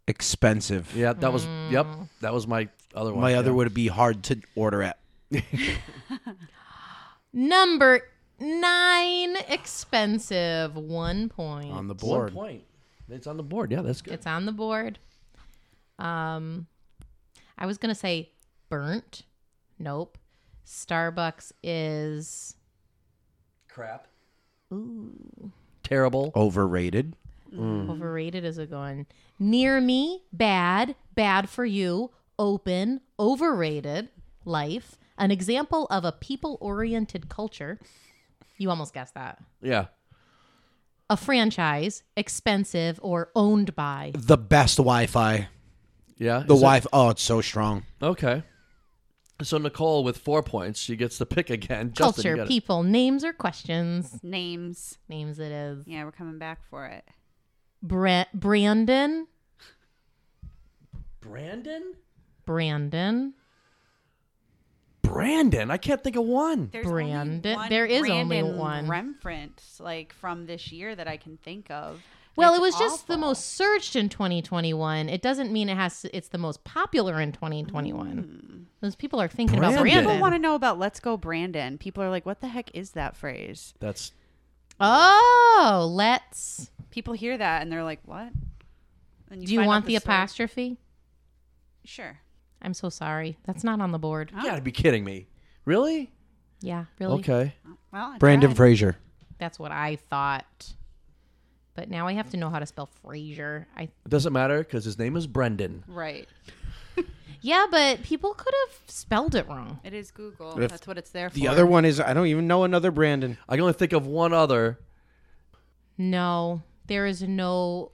S3: Expensive.
S2: Yeah, that was. Yep,
S1: Mm.
S2: that was my other one.
S3: My other
S2: yeah.
S3: would be hard to order at.
S1: Number nine, expensive. One point.
S3: on the
S2: One
S3: board.
S2: point. It's on the board. Yeah, that's good.
S1: it's on the board. Um, I was gonna say burnt. Nope. Starbucks is
S2: crap. Terrible.
S3: Overrated.
S2: Mm.
S1: Overrated is a good one. Near me, bad, bad for you, open, overrated, life, an example of a people oriented culture. You almost guessed that.
S2: Yeah.
S1: A franchise, expensive, or owned by.
S3: The best Wi-Fi.
S2: Yeah.
S3: The
S2: is it-
S3: Wi-Fi. Oh, it's so strong.
S2: Okay. So Nicole with four points, she gets to pick again. Justin, you
S1: Culture,
S2: gotta-
S1: people, names, or questions.
S4: Names.
S1: Names it is.
S4: Yeah, we're coming back for it.
S1: Bra- Brandon,
S2: Brandon.
S1: Brandon,
S2: Brandon. I can't think of one.
S4: There's only
S1: Brandon-
S4: one
S1: there is only
S4: Brandon
S1: one.
S4: Rembrandts, like from this year that I can think of. and
S1: Well,
S4: it's
S1: it was just the
S4: awful.
S1: most searched in 2021. It doesn't mean it has. To, it's the most popular in 2021. Those people are thinking about
S2: Brandon.
S1: Brandon.
S4: People want to know about "Let's go, Brandon." People are like, "What the heck is that phrase?"
S2: That's
S1: oh, let's.
S4: People hear that and they're like, "What?" And
S1: Do you
S4: find out
S1: want the
S4: story-
S1: apostrophe?
S4: Sure.
S1: I'm so sorry. That's not on the board.
S2: you gotta be kidding me. Really?
S1: Yeah, really.
S2: Okay.
S4: Well, I
S3: Brandon
S4: tried.
S3: Fraser.
S1: That's what I thought. But now I have to know how to spell Fraser. I
S2: It doesn't matter because his name is Brendan.
S4: Right.
S1: yeah, but people could have spelled it wrong.
S4: It is Google.
S3: If
S4: That's what it's there for.
S3: The other one is I don't even know another Brandon.
S2: I can only think of one other.
S1: No, there is no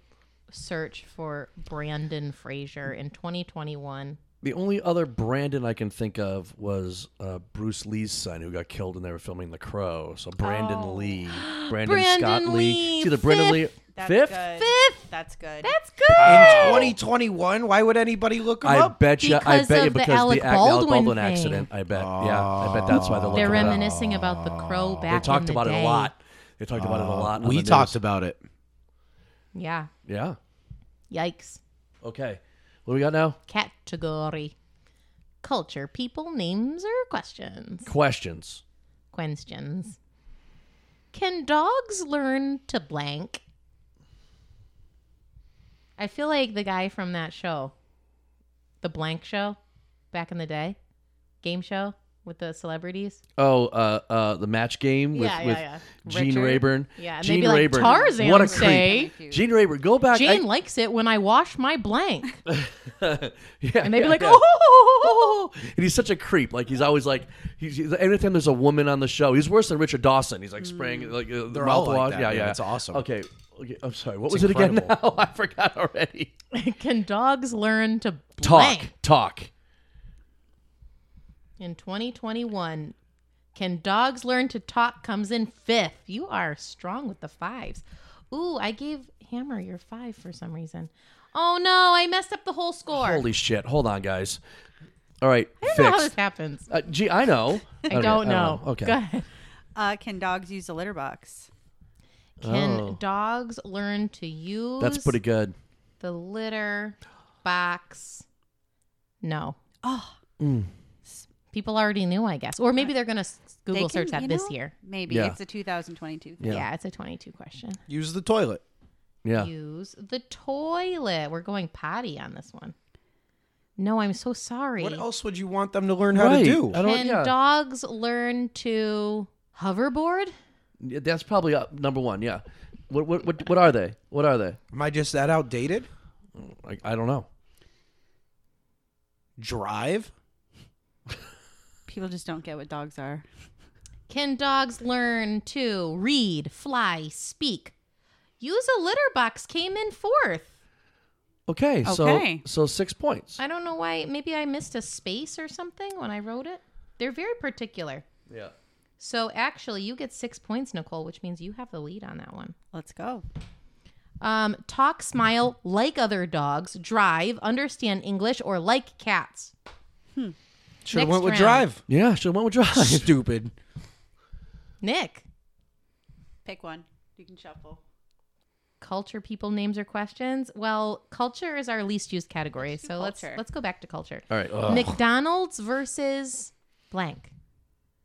S1: search for Brandon Fraser in 2021.
S2: The only other Brandon I can think of was uh, Bruce Lee's son who got killed when they were filming The Crow. So Brandon
S1: (gasps)
S2: Lee, Brandon, Scott
S1: Oh. Brandon
S2: Lee.
S1: Lee,
S2: See the Brandon Lee
S1: fifth.
S4: That's
S2: fifth.
S4: Good.
S1: Fifth.
S4: That's good.
S1: That's good.
S3: In 2021, why would anybody look him
S2: I
S3: up?
S2: bet you. I
S1: Because
S2: bet you
S1: of the
S2: because
S1: Alec
S2: the Alec Baldwin,
S1: Baldwin thing.
S2: accident. I bet. Yeah. I bet that's why they're looking
S1: They're
S2: it up.
S1: reminiscing about the crow back.
S2: They talked
S1: in the
S2: about it
S1: day.
S2: a
S1: Uh,
S2: lot. They talked about it a lot. on
S3: we
S2: the
S3: talked
S2: news.
S3: about it.
S1: Yeah.
S2: Yeah.
S1: Yikes.
S2: Okay. What do we got now?
S1: Category. Culture, people, names, or questions?
S2: Questions.
S1: Questions. Can dogs learn to blank? I feel like the guy from that show, the blank show, back in the day, game show with the celebrities.
S2: Oh, uh, uh, the match game with,
S1: Yeah, yeah,
S2: with
S1: yeah.
S2: Gene
S1: Richard.
S2: Rayburn.
S1: Yeah, and they'd
S2: Gene
S1: be like,
S2: Rayburn.
S1: "Tarzan
S2: what a
S1: say."
S2: creep. Gene Rayburn, go back.
S1: Jane likes it when I wash my blank. (laughs)
S2: I, (laughs) yeah,
S1: And they'd be like,
S2: yeah.
S1: oh,
S2: (laughs) And he's such a creep. Like he's always like, he's, he's anytime there's a woman on the show, he's worse than Richard Dawson. He's like
S1: Mm.
S2: spraying like uh, the
S3: They're all like
S2: mouthwash.
S3: that,
S2: yeah,
S3: man.
S2: yeah,
S3: It's awesome.
S2: Okay, okay. I'm sorry. What
S3: It's
S2: was it again? Now (laughs)
S3: incredible.
S2: I forgot already.
S1: can dogs learn to
S2: Talk,
S1: blank?
S2: talk.
S1: In 2021, can dogs learn to talk comes in fifth. You are strong with the fives. Ooh, I gave Hammer your five for some reason. Oh no, I messed up the whole score.
S2: Holy shit! Hold on, guys. All right,
S1: I don't know (laughs) how
S2: fixed.
S1: this happens.
S2: Uh, gee, I know.
S1: (laughs) I don't, know.
S2: Okay.
S1: Go ahead.
S4: Uh, can dogs use the litter box?
S1: Can
S2: Oh.
S1: dogs learn to use
S2: That's pretty good.
S1: the litter box? No.
S4: Oh,
S2: Mm.
S1: People already knew, I guess. Or maybe they're going to
S4: Uh, they
S1: Google search
S4: can-
S1: that
S4: you
S1: this
S4: know,
S1: year.
S4: Maybe
S2: Yeah.
S4: it's a 2022.
S2: Yeah.
S1: Yeah. it's a 22 question.
S3: Use the toilet.
S2: Yeah.
S1: Use the toilet. We're going potty on this one. No, I'm so sorry.
S3: What else would you want them to learn how
S2: Right.
S3: to do?
S2: I don't,
S1: Can
S2: yeah.
S1: dogs learn to hoverboard?
S2: Yeah, That's probably uh, number one. Yeah. What, what what what are they? What are they?
S3: Am I just that outdated?
S2: Like I don't know.
S3: Drive.
S4: People just don't get what dogs are.
S1: Can dogs learn to read, fly, speak? Use a litter box came in fourth.
S2: Okay.
S4: Okay.
S2: So so six points.
S1: I don't know why. Maybe I missed a space or something when I wrote it. They're very particular.
S2: Yeah.
S1: So actually, you get six points, Nicole, which means you have the lead on that one.
S4: Let's go.
S1: Um, talk, smile like other dogs, drive, understand English, or like cats.
S3: Should have
S1: Next
S3: went with
S1: round.
S3: drive.
S2: Yeah. Should have went with (laughs) drive.
S3: Stupid.
S1: Nick,
S4: Pick one. You can shuffle.
S1: culture, people, names, or questions. Well, culture is our least used category, so let's
S4: culture.
S1: let's go back to culture.
S2: All (laughs) right. Ugh.
S1: McDonald's versus blank.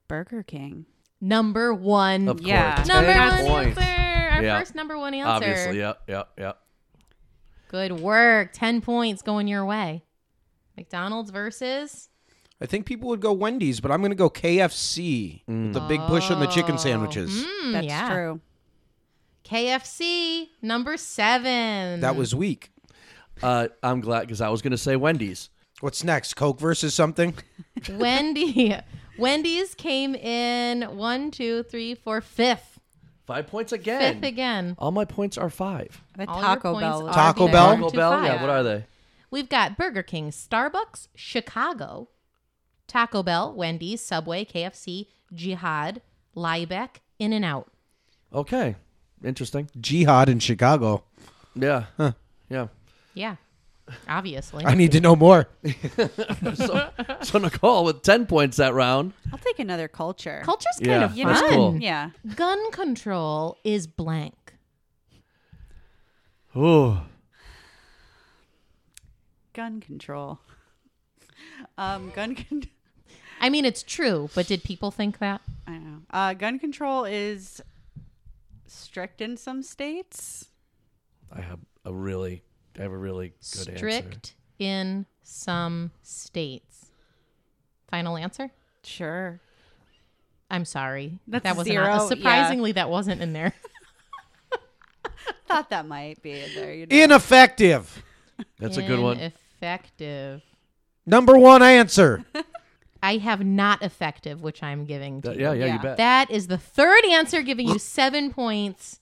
S4: Burger King.
S1: Number one.
S2: Of course.
S4: Yeah.
S2: Ten
S1: number one
S2: points.
S1: answer. Our
S2: Yeah.
S1: first number one answer.
S2: Obviously. Yeah. Yeah. Yeah.
S1: Good work. 10 points going your way. McDonald's versus
S3: I think people would go Wendy's, but I'm going to go KFC with the big push on the chicken sandwiches.
S1: Hmm,
S4: That's
S1: yeah.
S4: true.
S1: KFC number seven.
S3: That was weak.
S2: Uh, I'm glad because I was going to say Wendy's.
S3: What's next? Coke versus something?
S1: Wendy. (laughs) Wendy's came in one, two, three, four, fifth.
S2: Five points
S1: Fifth
S2: again.
S1: again.
S2: All my points are five.
S4: The
S1: All your
S4: Taco
S1: points
S4: Bell.
S1: are
S3: Taco
S1: between
S3: Bell?
S1: one
S2: Taco
S1: to
S2: Bell.
S1: five.
S2: Yeah. What are they?
S1: We've got Burger King, Starbucks, Chicago, Taco Bell, Wendy's, Subway, KFC, Jihad, Liebeck, In and Out.
S2: Okay. Interesting.
S3: Jihad in Chicago.
S2: Yeah. Yeah.
S1: Yeah. Obviously.
S3: I need to know more.
S2: So Nicole with ten points that round.
S4: I'll take another culture.
S1: Culture's kind
S2: Yeah,
S1: of
S2: You
S1: fun.
S2: that's know? cool.
S4: Yeah.
S1: Gun control is blank.
S2: Ooh.
S4: Gun control. (laughs) Um, gun con- (laughs)
S1: I mean, it's true, but did people think that?
S4: I don't know. Uh, gun control is strict in some states.
S2: I have a really, I have a really good answer.
S1: Strict in some states. Final answer?
S4: Sure.
S1: I'm sorry.
S4: That's
S1: that was
S4: zero,
S1: not
S4: yeah.
S1: surprisingly that wasn't in there.
S4: Thought that might be in there. You know.
S3: Ineffective.
S2: That's a good one.
S1: Effective.
S3: Number one answer.
S1: I have not effective, which I'm giving to
S2: That-
S1: you.
S2: yeah, yeah,
S4: Yeah.
S2: you bet.
S1: That is the third answer, giving you seven points.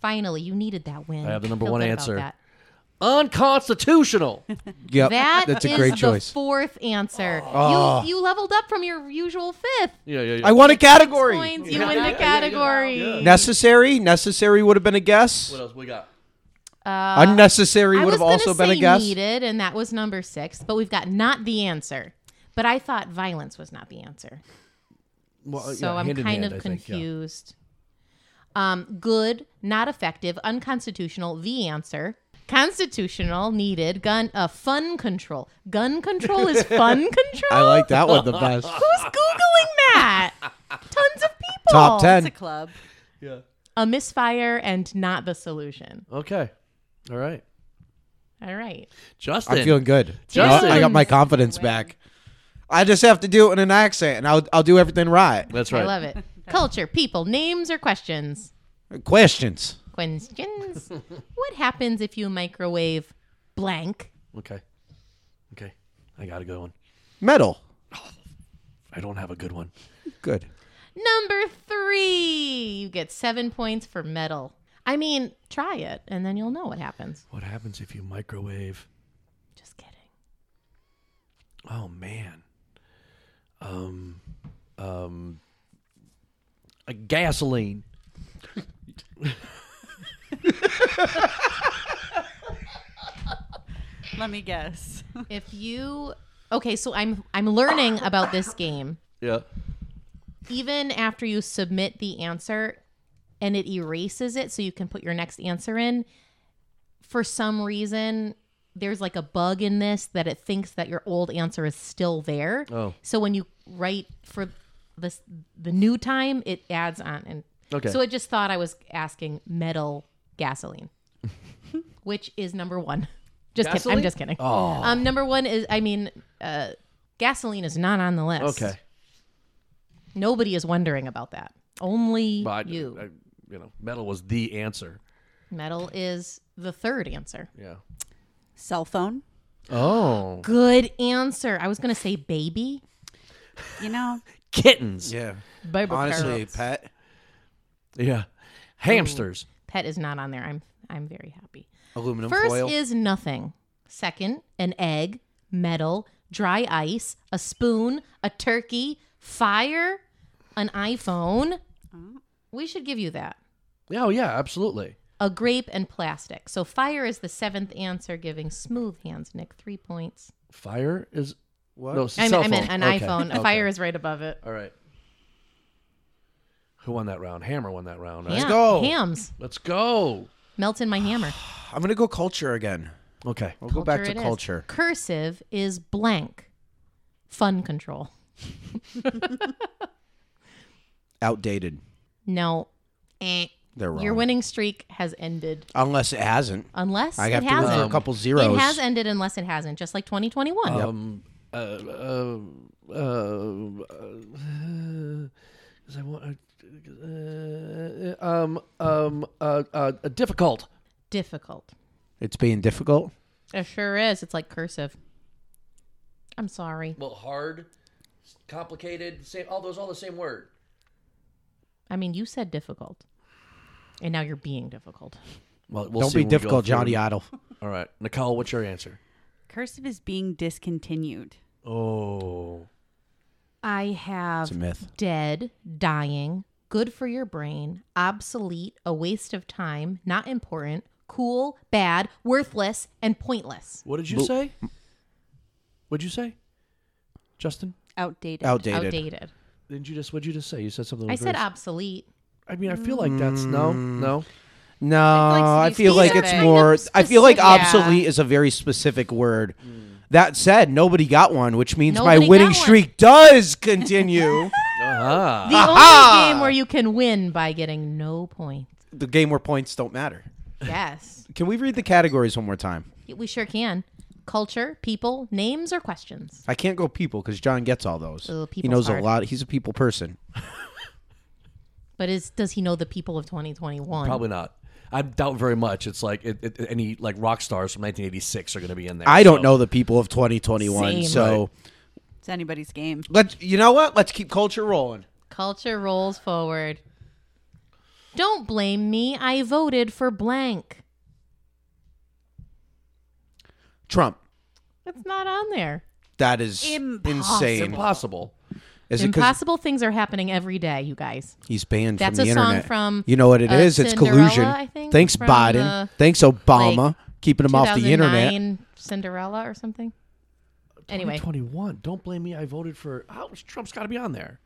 S1: Finally, you needed that win.
S2: I have the
S1: I
S2: number
S1: feel
S2: one
S1: good about
S2: answer.
S1: that. (laughs)
S2: Unconstitutional.
S3: Yep.
S1: That
S3: That's a
S1: is
S3: great
S1: the
S3: choice.
S1: fourth answer.
S2: Ah.
S3: Oh.
S1: You you leveled up from your usual fifth.
S2: yeah, yeah, yeah.
S3: I want a category.
S1: Points. You win the category.
S3: Necessary. Necessary would have been a guess.
S2: what else we got?
S1: Uh,
S3: Unnecessary
S1: I
S3: would
S1: was
S3: have also
S1: gonna
S3: been a
S1: say
S3: guess.
S1: needed, and that was number six. But we've got not the answer. But I thought violence was not the answer,
S2: Well, uh,
S1: so
S2: yeah,
S3: Uh,
S1: I'm
S2: hand in
S1: kind
S2: hand, I
S1: of
S2: think, yeah.
S1: confused. Um, good, not effective, unconstitutional. The answer. Constitutional needed gun uh, fun control. Gun control
S3: (laughs)
S1: is fun control.
S3: I like that one
S1: (laughs)
S3: the best.
S1: Who's googling that? Tons of people.
S3: Top
S4: It's a
S3: ten.
S4: club.
S2: Yeah.
S1: A misfire and not the solution.
S2: Okay. All right.
S1: All right.
S2: Justin.
S3: I'm feeling good.
S2: Justin.
S3: I got my confidence back. I just have to do it in an accent, and I'll I'll do everything right.
S2: That's right.
S1: I love it. Culture, people, names, or questions.
S3: Questions. (laughs)
S1: Questions. what happens if you microwave blank?
S2: Okay. Okay. I got a good one.
S3: Metal.
S2: I don't have a good one.
S3: Good.
S1: Number three, you get seven points for metal. I mean, try it, and then you'll know what happens.
S2: What happens if you microwave?
S1: Just kidding.
S2: Oh man. Um um a gasoline.
S4: Let me guess. (laughs)
S1: If you okay, so I'm I'm learning about this game.
S2: Yeah.
S1: Even after you submit the answer, and it erases it, so you can put your next answer in. For some reason, there's like a bug in this that it thinks that your old answer is still there.
S2: Oh.
S1: So when you write for this the new time, it adds on and
S2: Okay.
S1: So it just thought I was asking metal gasoline, (laughs) which is number one. (laughs) Just kidding.
S2: Gasoline? Oh.
S1: I'm just kidding. Um, number one is I mean, uh, gasoline is not on the list.
S2: Okay.
S1: Nobody is wondering about that. Only
S2: But
S1: you.
S2: I, you know, metal was the answer.
S1: metal is the third answer.
S2: Yeah.
S4: Cell phone.
S2: Oh.
S1: Good answer. I was gonna say baby.
S4: You know,
S2: Kittens.
S3: Yeah.
S1: Baby
S3: Honestly,
S1: carrots.
S3: pet.
S2: Yeah. Hamsters.
S1: pet is not on there. I'm I'm very happy.
S3: Aluminum
S1: First
S3: foil.
S1: is nothing. Second, an egg, metal, dry ice, a spoon, a turkey, fire, an iPhone. We should give you that.
S2: Oh yeah, absolutely.
S1: A grape and plastic. So fire is the seventh answer, giving smooth hands Nick three points.
S2: Fire is
S3: what?
S2: no, it's a
S1: I
S2: cell
S1: mean, I meant
S2: phone.
S1: an
S2: Okay.
S1: iPhone.
S2: Okay.
S1: Fire is right above it.
S2: All right. Who won that round? Hammer won that round. Right?
S1: Ham-
S3: go.
S1: Hams.
S2: Let's go.
S1: Melt in my hammer.
S3: I'm gonna go culture again.
S2: Okay.
S3: (sighs) We'll go
S1: Culture
S3: back to
S1: it is.
S3: culture.
S1: Cursive is blank. Fun control.
S3: Outdated.
S1: No. Eh.
S3: They're wrong.
S1: Your winning streak has ended.
S3: Unless it hasn't.
S1: Unless
S3: I have
S1: it
S3: to look
S1: hasn't.
S3: for a couple zeros.
S1: It has ended unless it hasn't, just like 2021.
S2: Um. Uh. Uh. uh, uh 'cause I want. Uh, um. Um. Uh, uh. Difficult.
S1: Difficult.
S3: It's being difficult.
S1: It sure is. It's like cursive. I'm sorry.
S2: Well, hard, complicated. Same. All those. All the same word.
S1: I mean, you said difficult. And now you're being difficult.
S2: Well, we'll
S3: Don't
S2: see
S3: be
S2: when we go
S3: difficult,
S2: through.
S3: Johnny Idol.
S2: All right, Nicole. What's your answer?
S4: cursive is being discontinued.
S2: Oh.
S1: I have
S3: It's a myth.
S1: dead, dying, good for your brain, obsolete, a waste of time, not important, cool, bad, worthless, and pointless.
S2: What did you
S3: Mo-
S2: say? What'd you say, Justin?
S4: Outdated.
S3: Outdated.
S1: Outdated.
S2: Didn't you just? What'd you just say? You said something.
S1: I said
S2: very-
S3: (laughs)
S1: obsolete.
S2: I mean, I feel like that's no,
S3: Mm.
S2: no.
S3: No,
S4: like
S3: I
S4: you
S3: feel
S4: see
S3: like
S4: that
S3: it's
S4: kind
S3: more.
S1: of
S3: I feel like
S1: specific- Mm.
S3: obsolete is a very specific word. That said, nobody got one, which means my
S1: Nobody
S3: winning
S1: got one.
S3: streak
S1: (laughs)
S3: does continue.
S2: Uh-huh.
S1: The only game where you can win by getting no
S3: (laughs)
S1: points.
S3: the game where points don't matter.
S1: Yes,
S3: Can we read the categories one more time?
S1: we sure can. Culture, people, names, or questions.
S3: I can't go people because John gets all those.
S1: Ugh,
S3: he
S1: people's
S3: knows
S1: hard.
S3: a lot. He's a people person.
S1: But is does he know the people of 2021?
S2: Probably not. I doubt very much. It's like it, it, any like rock stars from 1986 are going to be in there.
S3: I don't
S2: so-
S3: know the people of 2021,
S1: Same.
S3: so
S4: It's anybody's game.
S3: let's. You know what? Let's keep culture rolling.
S1: Culture rolls forward. Don't blame me. I voted for blank.
S3: Trump.
S1: It's not on there.
S3: That is
S2: It's
S3: insane.
S2: impossible.
S3: Is it 'cause
S1: Impossible things are happening every day, you guys.
S3: He's banned
S1: That's
S3: from the
S1: a song
S3: internet.
S1: from,
S3: you know what it
S1: uh,
S3: is? It's
S1: Cinderella,
S3: collusion.
S1: I think,
S3: Thanks
S1: from,
S3: Biden.
S1: uh,
S3: Thanks Obama keeping him off the internet.
S1: 2009 Cinderella or something. Anyway,
S2: 21. Don't blame me. I voted for. How Trump's got to be on there?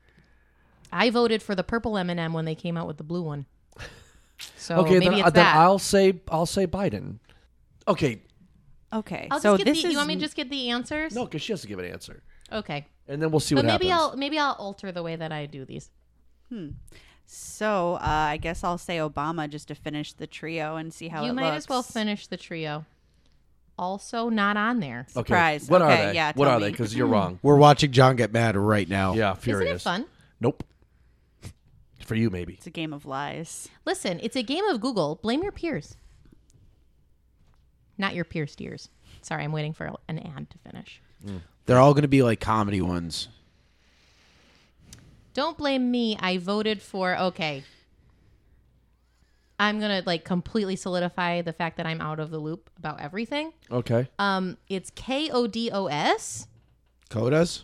S1: I voted for the purple M&M when they came out with the blue one. So
S2: okay,
S1: maybe
S2: then, uh,
S1: it's
S2: then
S1: that.
S2: I'll say I'll say Biden. Okay,
S4: Okay.
S1: I'll
S4: so
S1: just get
S4: this
S1: the,
S4: is
S1: you want me to just get the answers?
S2: no, because she has to give an answer,
S1: Okay.
S2: and then we'll see
S1: But
S2: what
S1: maybe
S2: happens.
S1: I'll maybe I'll alter the way that I do these.
S4: so uh, I guess I'll say Obama just to finish the trio and see how
S1: you
S4: it
S1: might
S4: looks.
S1: as well finish the trio. Also not on there.
S2: okay,
S4: surprise.
S2: what
S4: Okay,
S2: are they?
S4: yeah,
S2: what
S4: tell
S2: are
S4: me.
S2: they? Because you're wrong.
S3: We're watching John get mad right now.
S2: Yeah,
S1: Isn't
S2: furious.
S1: it fun?
S2: Nope. For you, maybe.
S4: It's a game of lies.
S1: Listen, it's a game of Google. Blame your peers. Not your peers' ears. Sorry, I'm waiting for an ad to finish.
S3: They're all going to be like comedy ones.
S1: Don't blame me. I voted for okay. I'm going to like completely solidify the fact that I'm out of the loop about everything.
S2: Okay.
S1: Um it's K O D O S.
S3: Codas?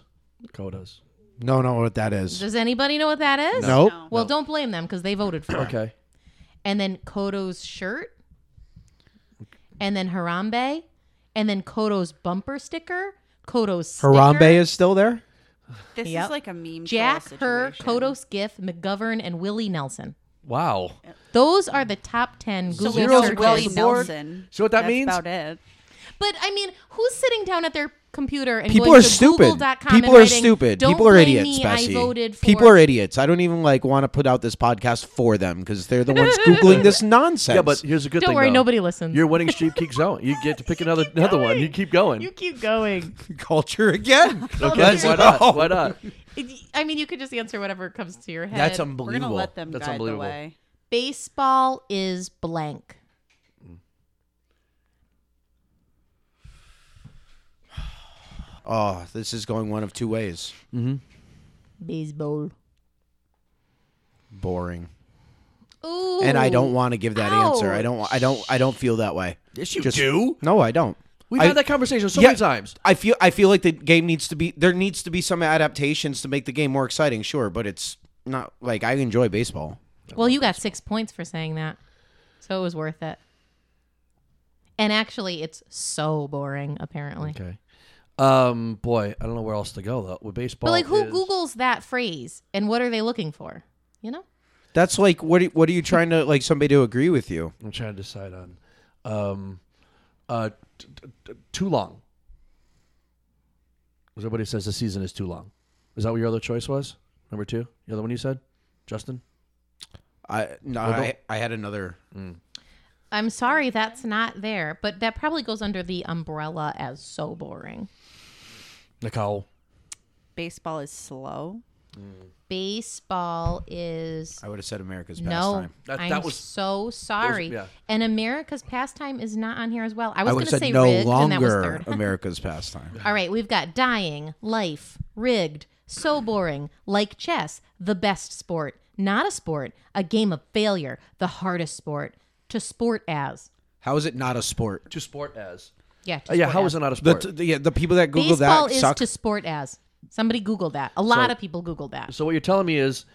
S2: Codas.
S3: No, no, what that is.
S1: Does anybody know what that is?
S3: nope.
S1: Well, don't blame them cuz they voted for it.
S2: Okay.
S1: and then Kodo's shirt, and then Harambe, and then Kodo's bumper sticker, Kodo's sticker,
S3: Harambe is still there?
S4: This
S1: Yep.
S4: is like a meme.
S1: Jack,
S4: troll
S1: her,
S4: situation.
S1: Kodo's gift, McGovern, and Willie Nelson.
S2: Wow.
S1: Those are the top ten
S4: So
S1: Google
S4: we
S2: Zeros
S4: know
S1: searches.
S2: across
S4: Willie
S2: the board.
S4: Nelson.
S2: See what that
S4: That's
S2: means?
S4: About it.
S1: But I mean, who's sitting down at their computer and
S3: People
S1: going
S3: are
S1: to
S3: stupid.
S1: Google.com and
S3: People are
S1: writing,
S3: stupid.
S1: "Don't
S3: People are
S1: blame
S3: idiots,
S1: me,
S3: Bessie.
S1: I voted for
S3: People are idiots. I don't even like want to put out this podcast for them because they're the ones
S1: (laughs)
S3: googling this nonsense.
S2: Yeah, (laughs) but here's a good
S1: Don't
S2: thing.
S1: worry,
S2: though.
S1: nobody listens.
S2: You're winning streak keeps going. You get to pick another another one. You keep going.
S1: You keep going.
S3: culture again.
S2: okay, why not? Why not?
S1: It- I mean, you could just answer whatever comes to your head.
S3: That's
S4: We're gonna
S3: unbelievable.
S4: let them
S2: That's
S4: guide the
S2: unbelievable.
S4: way.
S1: Baseball is blank.
S3: (laughs) Oh, this is going one of two ways.
S1: Baseball.
S3: Boring.
S1: Ooh.
S3: And I don't want to give that answer. I
S1: Ouch.
S3: don't. I don't. I don't feel that way.
S2: Yes, you
S3: Just-
S2: do.
S3: No, I don't.
S2: We've
S3: I-
S2: had that conversation so
S3: Yeah.
S2: many times.
S3: I feel. I feel like the game needs to be. There needs to be some adaptations to make the game more exciting. Sure, but it's not like I enjoy baseball.
S1: Well, you got six points for saying that, so it was worth it. And actually, it's so boring. Apparently,
S2: Okay. Um, boy, I don't know where else to go though. With baseball,
S1: but like, who
S2: is-
S1: googles that phrase, and what are they looking for? You know,
S3: That's like what? Are, what are you trying to like somebody to agree with you?
S2: I'm trying to decide on. Um, uh, t- t- t- too long. 'Cause Everybody says the season is too long. Is that what your other choice was? Number two, the other one you said, Justin.
S3: I no.
S2: don't-
S3: I, I had another.
S1: I'm sorry that's not there, but that probably goes under the umbrella as so boring.
S2: Nicole.
S4: Baseball is slow.
S1: Baseball is
S3: I would have said America's
S1: no.
S3: pastime.
S2: That-
S1: I'm
S2: that was-
S1: so sorry.
S2: yeah.
S1: And America's pastime is not on here as well. I was
S3: I
S1: going
S3: would
S1: to
S3: have
S1: say
S3: said no
S1: rigged, and that was
S3: longer
S1: third. (laughs)
S3: America's pastime.
S1: All right, we've got dying, life, rigged, so boring, like chess, the best sport, not a sport, a game of failure, the hardest sport to sport as.
S3: How is it not a sport?
S2: To sport as.
S1: Yeah, to
S2: Uh, yeah,
S1: sport
S2: how
S1: as.
S2: is it not a
S3: The,
S2: sport?
S3: t- the, yeah, the people that Google
S1: baseball
S3: that
S1: is
S3: suck.
S1: to sport as? Somebody Googled that. A lot
S2: So-
S1: of people Googled that.
S2: so what you're telling me is,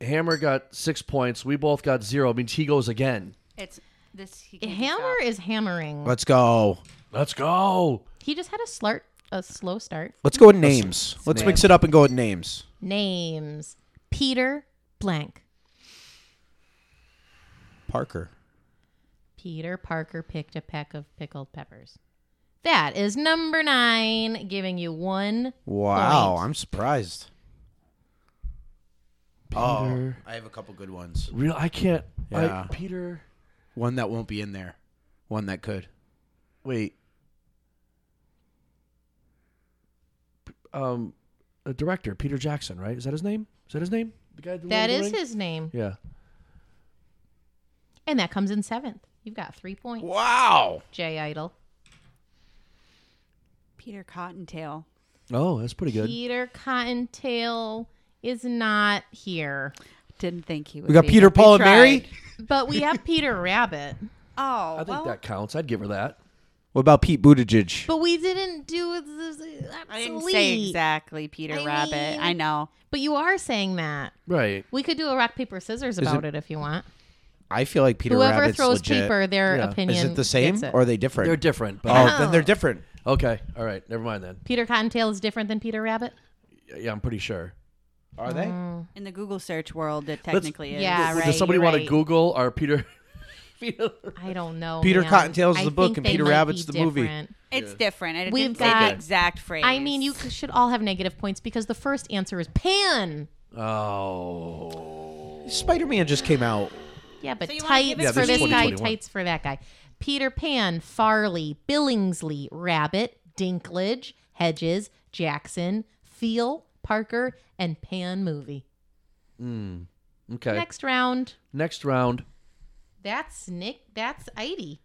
S2: Hammer got six points. We both got zero. It means he goes again.
S4: It's this. He
S1: Hammer is hammering.
S3: Let's go.
S2: Let's go.
S1: He just had a slart, a slow start.
S3: Let's go with names. Let's mix it up and go with names.
S1: Names: Peter Blank,
S3: Parker.
S1: Peter Parker picked a peck of pickled peppers. That is number nine, giving you one
S3: Wow,
S1: Point.
S3: I'm surprised. Oh, I have a couple good ones.
S2: Real. I can't. I-
S3: Yeah.
S2: Peter.
S3: One that won't be in there. One that could.
S2: Wait. P- Um, the director Peter Jackson, right? Is that his name? Is that his name? The guy. that
S1: That is his name.
S2: Yeah.
S1: And that comes in seventh. You've got three points,
S3: Wow.
S1: Jay Idol.
S4: Peter Cottontail.
S2: Oh, that's pretty good.
S1: Peter Cottontail is not here,
S4: Didn't think he would.
S3: We got
S4: be.
S3: Peter,
S4: They
S3: Paul, and Mary.
S4: tried.
S1: but
S2: (laughs)
S1: we have Peter Rabbit.
S4: Oh,
S2: I think
S4: well,
S2: that counts. I'd give her that.
S3: What about Pete Buttigieg?
S1: But we didn't do the
S4: I didn't say exactly Peter
S1: I
S4: Rabbit.
S1: mean-
S4: I know.
S1: But you are saying that.
S2: Right.
S1: We could do a rock paper scissors about it if you want.
S3: I feel like Peter
S1: Whoever
S3: Rabbit's
S1: throws
S3: legit.
S1: paper, their
S2: Yeah. Is it
S1: opinion
S3: Is it the same
S1: gets it.
S3: or are they different?
S2: They're different. But
S3: oh, then they're different.
S2: okay. All right. Never mind then.
S1: Peter Cottontail is different than Peter Rabbit.
S2: Y- Yeah, I'm pretty sure.
S3: Are they? Mm.
S4: In the Google search world, it technically is.
S1: Yeah,
S2: Does
S1: right,
S2: somebody
S1: you're
S2: want to
S1: right.
S2: Google our Peter (laughs) Peter-
S1: I don't know.
S3: Peter
S1: man.
S3: Cottontail's
S1: I
S3: the book
S1: think
S3: and
S1: they
S3: Peter
S1: might
S3: Rabbit's
S1: be
S3: the movie.
S1: different.
S4: It's different. I
S1: We've
S4: didn't say the
S1: got-
S4: exact phrase.
S1: I mean, you should all have negative points because the first answer is pan.
S2: Oh.
S3: Spider Man just came out.
S1: Yeah, but
S4: So you wanna give
S1: tights
S4: it Yeah,
S1: for
S4: this is
S1: this guy,
S2: 2021.
S1: tights for that guy. Peter Pan, Farley, Billingsley, Rabbit, Dinklage, Hedges, Jackson, Thiel, Parker, and Pan movie.
S2: Okay. Next,
S1: Next round.
S2: round.
S1: That's Nick. That's Idy.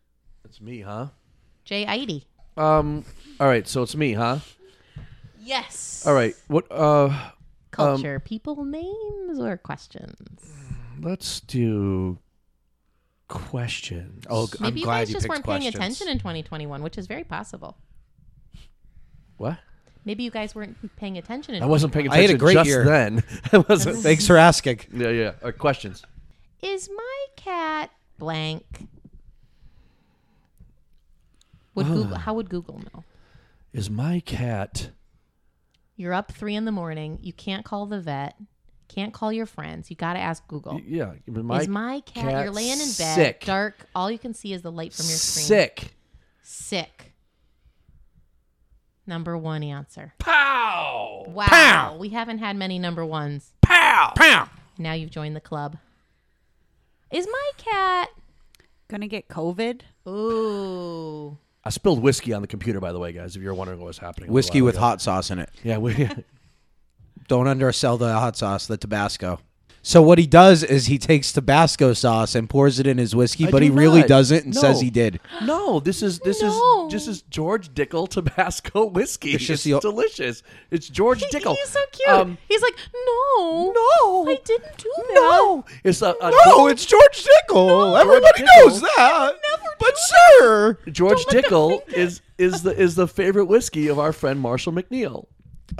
S2: It's me, huh?
S1: Jay Idy.
S2: Um. All right. So it's me, huh?
S1: Yes.
S2: All right. What? Uh.
S1: Culture, people, names, or questions.
S2: Let's do questions.
S3: Oh, I'm
S1: Maybe you
S3: glad
S1: guys
S3: you
S1: just
S3: picked
S1: weren't
S3: questions.
S1: paying attention in 2021, which is very possible.
S2: What?
S1: Maybe you guys weren't paying attention. In
S2: I wasn't paying
S3: I had a
S2: attention
S3: great
S2: just
S3: year.
S2: then. (laughs) I wasn't.
S3: Thanks for asking.
S2: Yeah, yeah. All right, questions.
S1: Is my cat blank? Would
S2: Ah.
S1: Google, how would Google know?
S2: Is my cat?
S1: You're up three in the morning. You can't call the vet. Can't call your friends. You got to ask Google.
S2: Yeah. My
S1: is my cat,
S2: cat
S1: You're laying in bed,
S2: sick?
S1: dark. All you can see is the light from your screen.
S2: sick.
S1: Sick. Number one answer.
S2: Pow!
S1: Wow. We haven't had many number ones.
S2: Pow! Pow!
S1: Now you've joined the club. Is my cat.
S4: gonna get COVID?
S1: Ooh.
S2: I spilled whiskey on the computer, by the way, guys. If you're wondering what was happening, a
S3: Whiskey
S2: while
S3: with
S2: ago.
S3: hot sauce in it.
S2: Yeah, we, (laughs)
S3: Don't undersell the hot sauce, the Tabasco. So what he does is he takes Tabasco sauce and pours it in his whiskey,
S2: I
S3: but
S2: do
S3: he really
S2: not.
S3: doesn't and
S2: No.
S3: says he did.
S2: (gasps) No, this is this
S1: No.
S2: is this is George Dickel Tabasco (laughs) whiskey. It's
S3: It's
S2: just
S3: just the-
S2: delicious. It's George Dickel.
S1: He's so cute. He's like, no,
S2: Um, no,
S1: I didn't do that.
S2: No, it's a, a
S3: No, it's George Dickel. Everybody
S2: Dickel.
S3: knows that. but sir,
S2: George Dickel is is the is the favorite whiskey of our friend Marshall McNeil.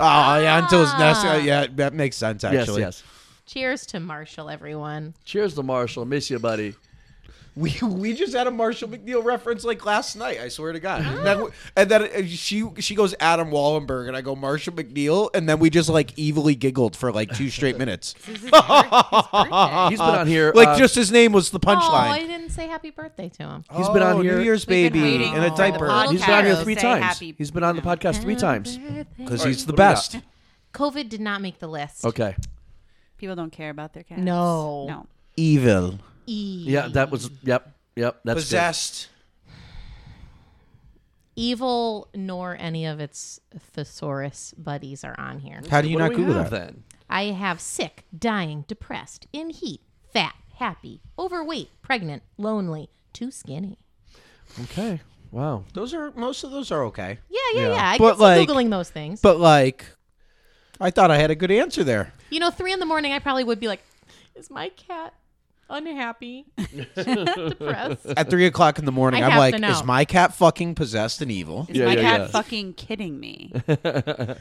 S3: oh yeah, until his next. uh, yeah, that makes sense actually.
S2: Ah. Yes, yes.
S1: Cheers to Marshall, everyone.
S2: Cheers to Marshall. Miss you, buddy.
S3: We (laughs) we just had a Marshall McNeil reference like last night. I swear to God. And
S1: Oh.
S3: then, and then uh, she she goes Adam Wallenberg, and I go Marshall McNeil, and then we just like evilly giggled for like two
S2: (laughs)
S3: straight minutes.
S1: This is your- his birthday.
S2: He's been on here.
S3: like
S2: uh,
S3: just his name was the
S1: Oh, I
S3: punchline.
S1: didn't say happy birthday to him.
S2: he's been on
S3: Oh,
S2: here.
S3: New Year's
S4: We've been
S3: baby
S4: waiting
S3: in a
S2: Oh,
S4: for the
S3: diaper.
S4: podcast.
S2: he's been on here
S4: Podcast.
S2: three
S4: Say
S2: times.
S4: happy-
S2: he's been on the podcast three times.
S3: Because
S2: All
S3: he's
S2: right,
S3: the
S2: what do we
S3: best.
S2: got?
S1: COVID did not make the list.
S2: Okay.
S4: People don't care about their cats.
S1: No.
S4: No.
S3: Evil.
S1: E-
S2: Yeah, that was. Yep. Yep. That's good.
S3: Possessed.
S1: evil nor any of its thesaurus buddies are on here.
S3: How do you
S2: What
S3: not
S2: do we
S3: Google
S2: have
S3: that?
S2: then?
S1: I have sick, dying, depressed, in heat, fat, happy, overweight, pregnant, lonely, too skinny.
S2: Okay. Wow.
S3: Those are most of those are okay.
S1: Yeah, yeah, yeah. I can
S3: But,
S1: see
S3: like-
S1: googling those things.
S3: But like, I thought I had a good answer there.
S1: You know, three in the morning, I probably would be like, "Is my cat unhappy, depressed?"
S3: At three o'clock in the morning,
S1: I
S3: I'm
S1: have
S3: like,
S1: to know.
S3: is my cat fucking possessed and evil?
S4: Is
S2: Yeah,
S4: my
S2: yeah,
S4: cat
S2: yeah.
S4: fucking kidding me? (laughs)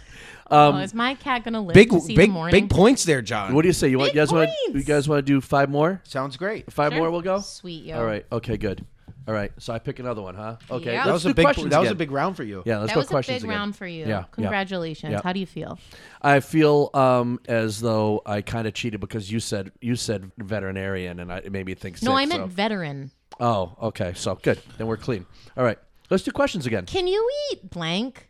S2: Um,
S1: oh, is my cat gonna live
S3: Big
S1: to see
S3: big
S1: the morning?
S3: big points there, John.
S2: What do you say? You, want, you guys want?
S1: points.
S2: You guys want to do five more?
S3: Sounds great.
S2: Five
S1: Sure.
S2: more. We'll go.
S1: Sweet, yo.
S2: All right. Okay. Good. All right. So I pick another one, huh? Okay.
S1: Yeah.
S2: let's
S3: That was
S2: do
S3: a big.
S2: questions
S3: That was a
S2: again.
S3: big round for you.
S2: Yeah. Let's
S1: That
S2: go
S1: was a
S2: questions
S1: big
S2: again.
S1: round for you.
S2: Yeah, yeah.
S1: Congratulations.
S2: Yeah.
S1: How do you feel?
S2: I feel um, as though I kind of cheated because you said you said veterinarian, and I, it made me think.
S1: no,
S2: sick,
S1: I meant
S2: so-
S1: veteran.
S2: oh, okay. So good. Then we're clean. All right. Let's do questions again.
S1: Can you eat blank?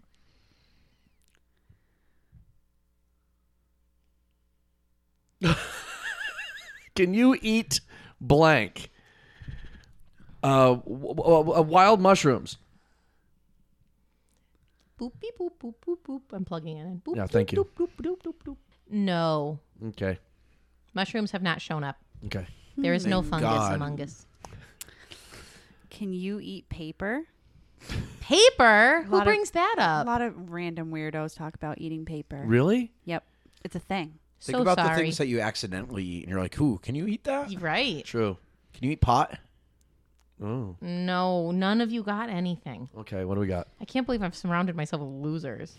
S2: Can you eat blank? Uh, w- w- uh, wild mushrooms.
S1: Boop beep boop boop boop boop. I'm plugging it in. Boop,
S2: Yeah,
S1: boop,
S2: thank you.
S1: Doop, doop, doop, doop, doop. No,
S2: Okay.
S1: mushrooms have not shown up.
S2: Okay.
S4: Hmm.
S1: There is no fungus
S3: God.
S1: among us.
S4: Can you eat paper?
S1: Paper. Who
S4: lot of-
S1: brings that
S4: A
S1: up?
S4: lot of random weirdos talk about eating paper.
S2: Really?
S4: Yep. It's a thing.
S3: Think
S1: so
S3: about
S1: sorry.
S3: the things that you accidentally eat, and you're like, "Ooh, can you eat that?
S1: You're right.
S2: True.
S3: Can you eat pot?"
S2: Oh.
S1: No, none of you got anything.
S2: Okay. What do we got?
S1: I can't believe I've surrounded myself with losers.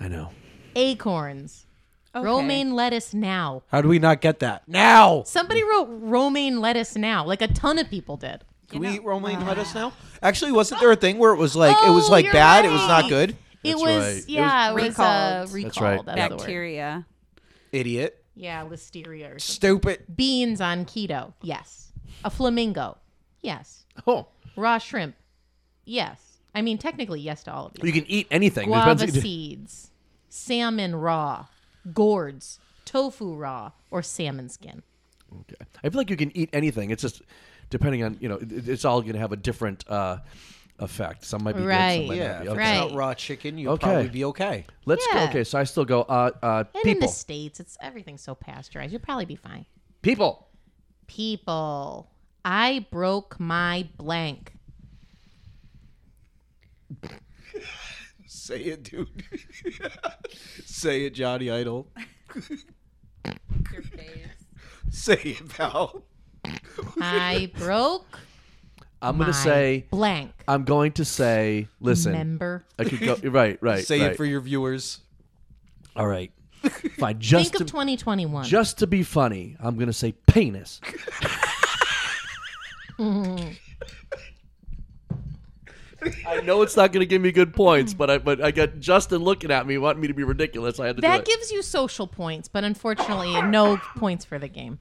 S2: I know.
S1: Acorns.
S4: Okay.
S1: Romaine lettuce now.
S3: How do we not get that now?
S1: Somebody wrote romaine lettuce now. Like a ton of people did.
S3: Can we eat romaine lettuce now? Actually, wasn't there a thing where it was like it was
S1: uh, Oh,
S3: like
S1: you're
S3: bad, it was
S1: right.
S3: not good?
S1: It
S2: That's
S1: was,
S2: right. It was
S1: yeah, it was, uh,
S4: Recalled.
S1: recalled.
S2: That's right.
S1: That's the word.
S4: Bacteria.
S3: Idiot,
S1: Yeah, listeria or something.
S3: stupid.
S1: Beans on keto. Yes. A flamingo. Yes.
S2: Oh,
S1: Raw shrimp. Yes. I mean, technically, yes to all of these.
S2: you can eat anything.
S1: Guava
S2: Depends-
S1: seeds, salmon raw, gourds, tofu raw, or salmon skin.
S2: Okay. I feel like you can eat anything. It's just depending on you know, it, it's all going to have a different uh, effect. Some might be good, some
S1: Right.
S2: might
S3: Yeah,
S2: not
S3: if
S2: be.
S3: it's
S2: Okay.
S1: Right.
S3: not raw chicken, you'll
S2: Okay.
S3: probably be okay.
S2: Let's go.
S1: Yeah.
S2: Okay, so I still go. Uh, uh,
S1: And in
S2: people,
S1: the states, it's everything's so pasteurized. You'll probably be fine.
S2: people.
S1: People, I broke my blank.
S3: Say it, dude. (laughs) Say it, Johnny Idol. (laughs) Say it, pal.
S2: (laughs)
S1: I broke
S2: I'm going to
S1: my
S2: say.
S1: blank.
S2: I'm going to say. Listen,
S1: Member.
S2: I could go. (laughs) Right, right.
S3: Say
S2: right.
S3: it for your viewers.
S2: All right. Fine. Just
S1: Think of
S2: to,
S1: 2021.
S2: just to be funny, I'm going to say
S1: (laughs)
S2: penis. I know it's not going to give me good points, but I but I got Justin looking at me wanting me to be ridiculous. I had to
S1: that
S2: do it.
S1: gives you social points, but unfortunately, no points for the game.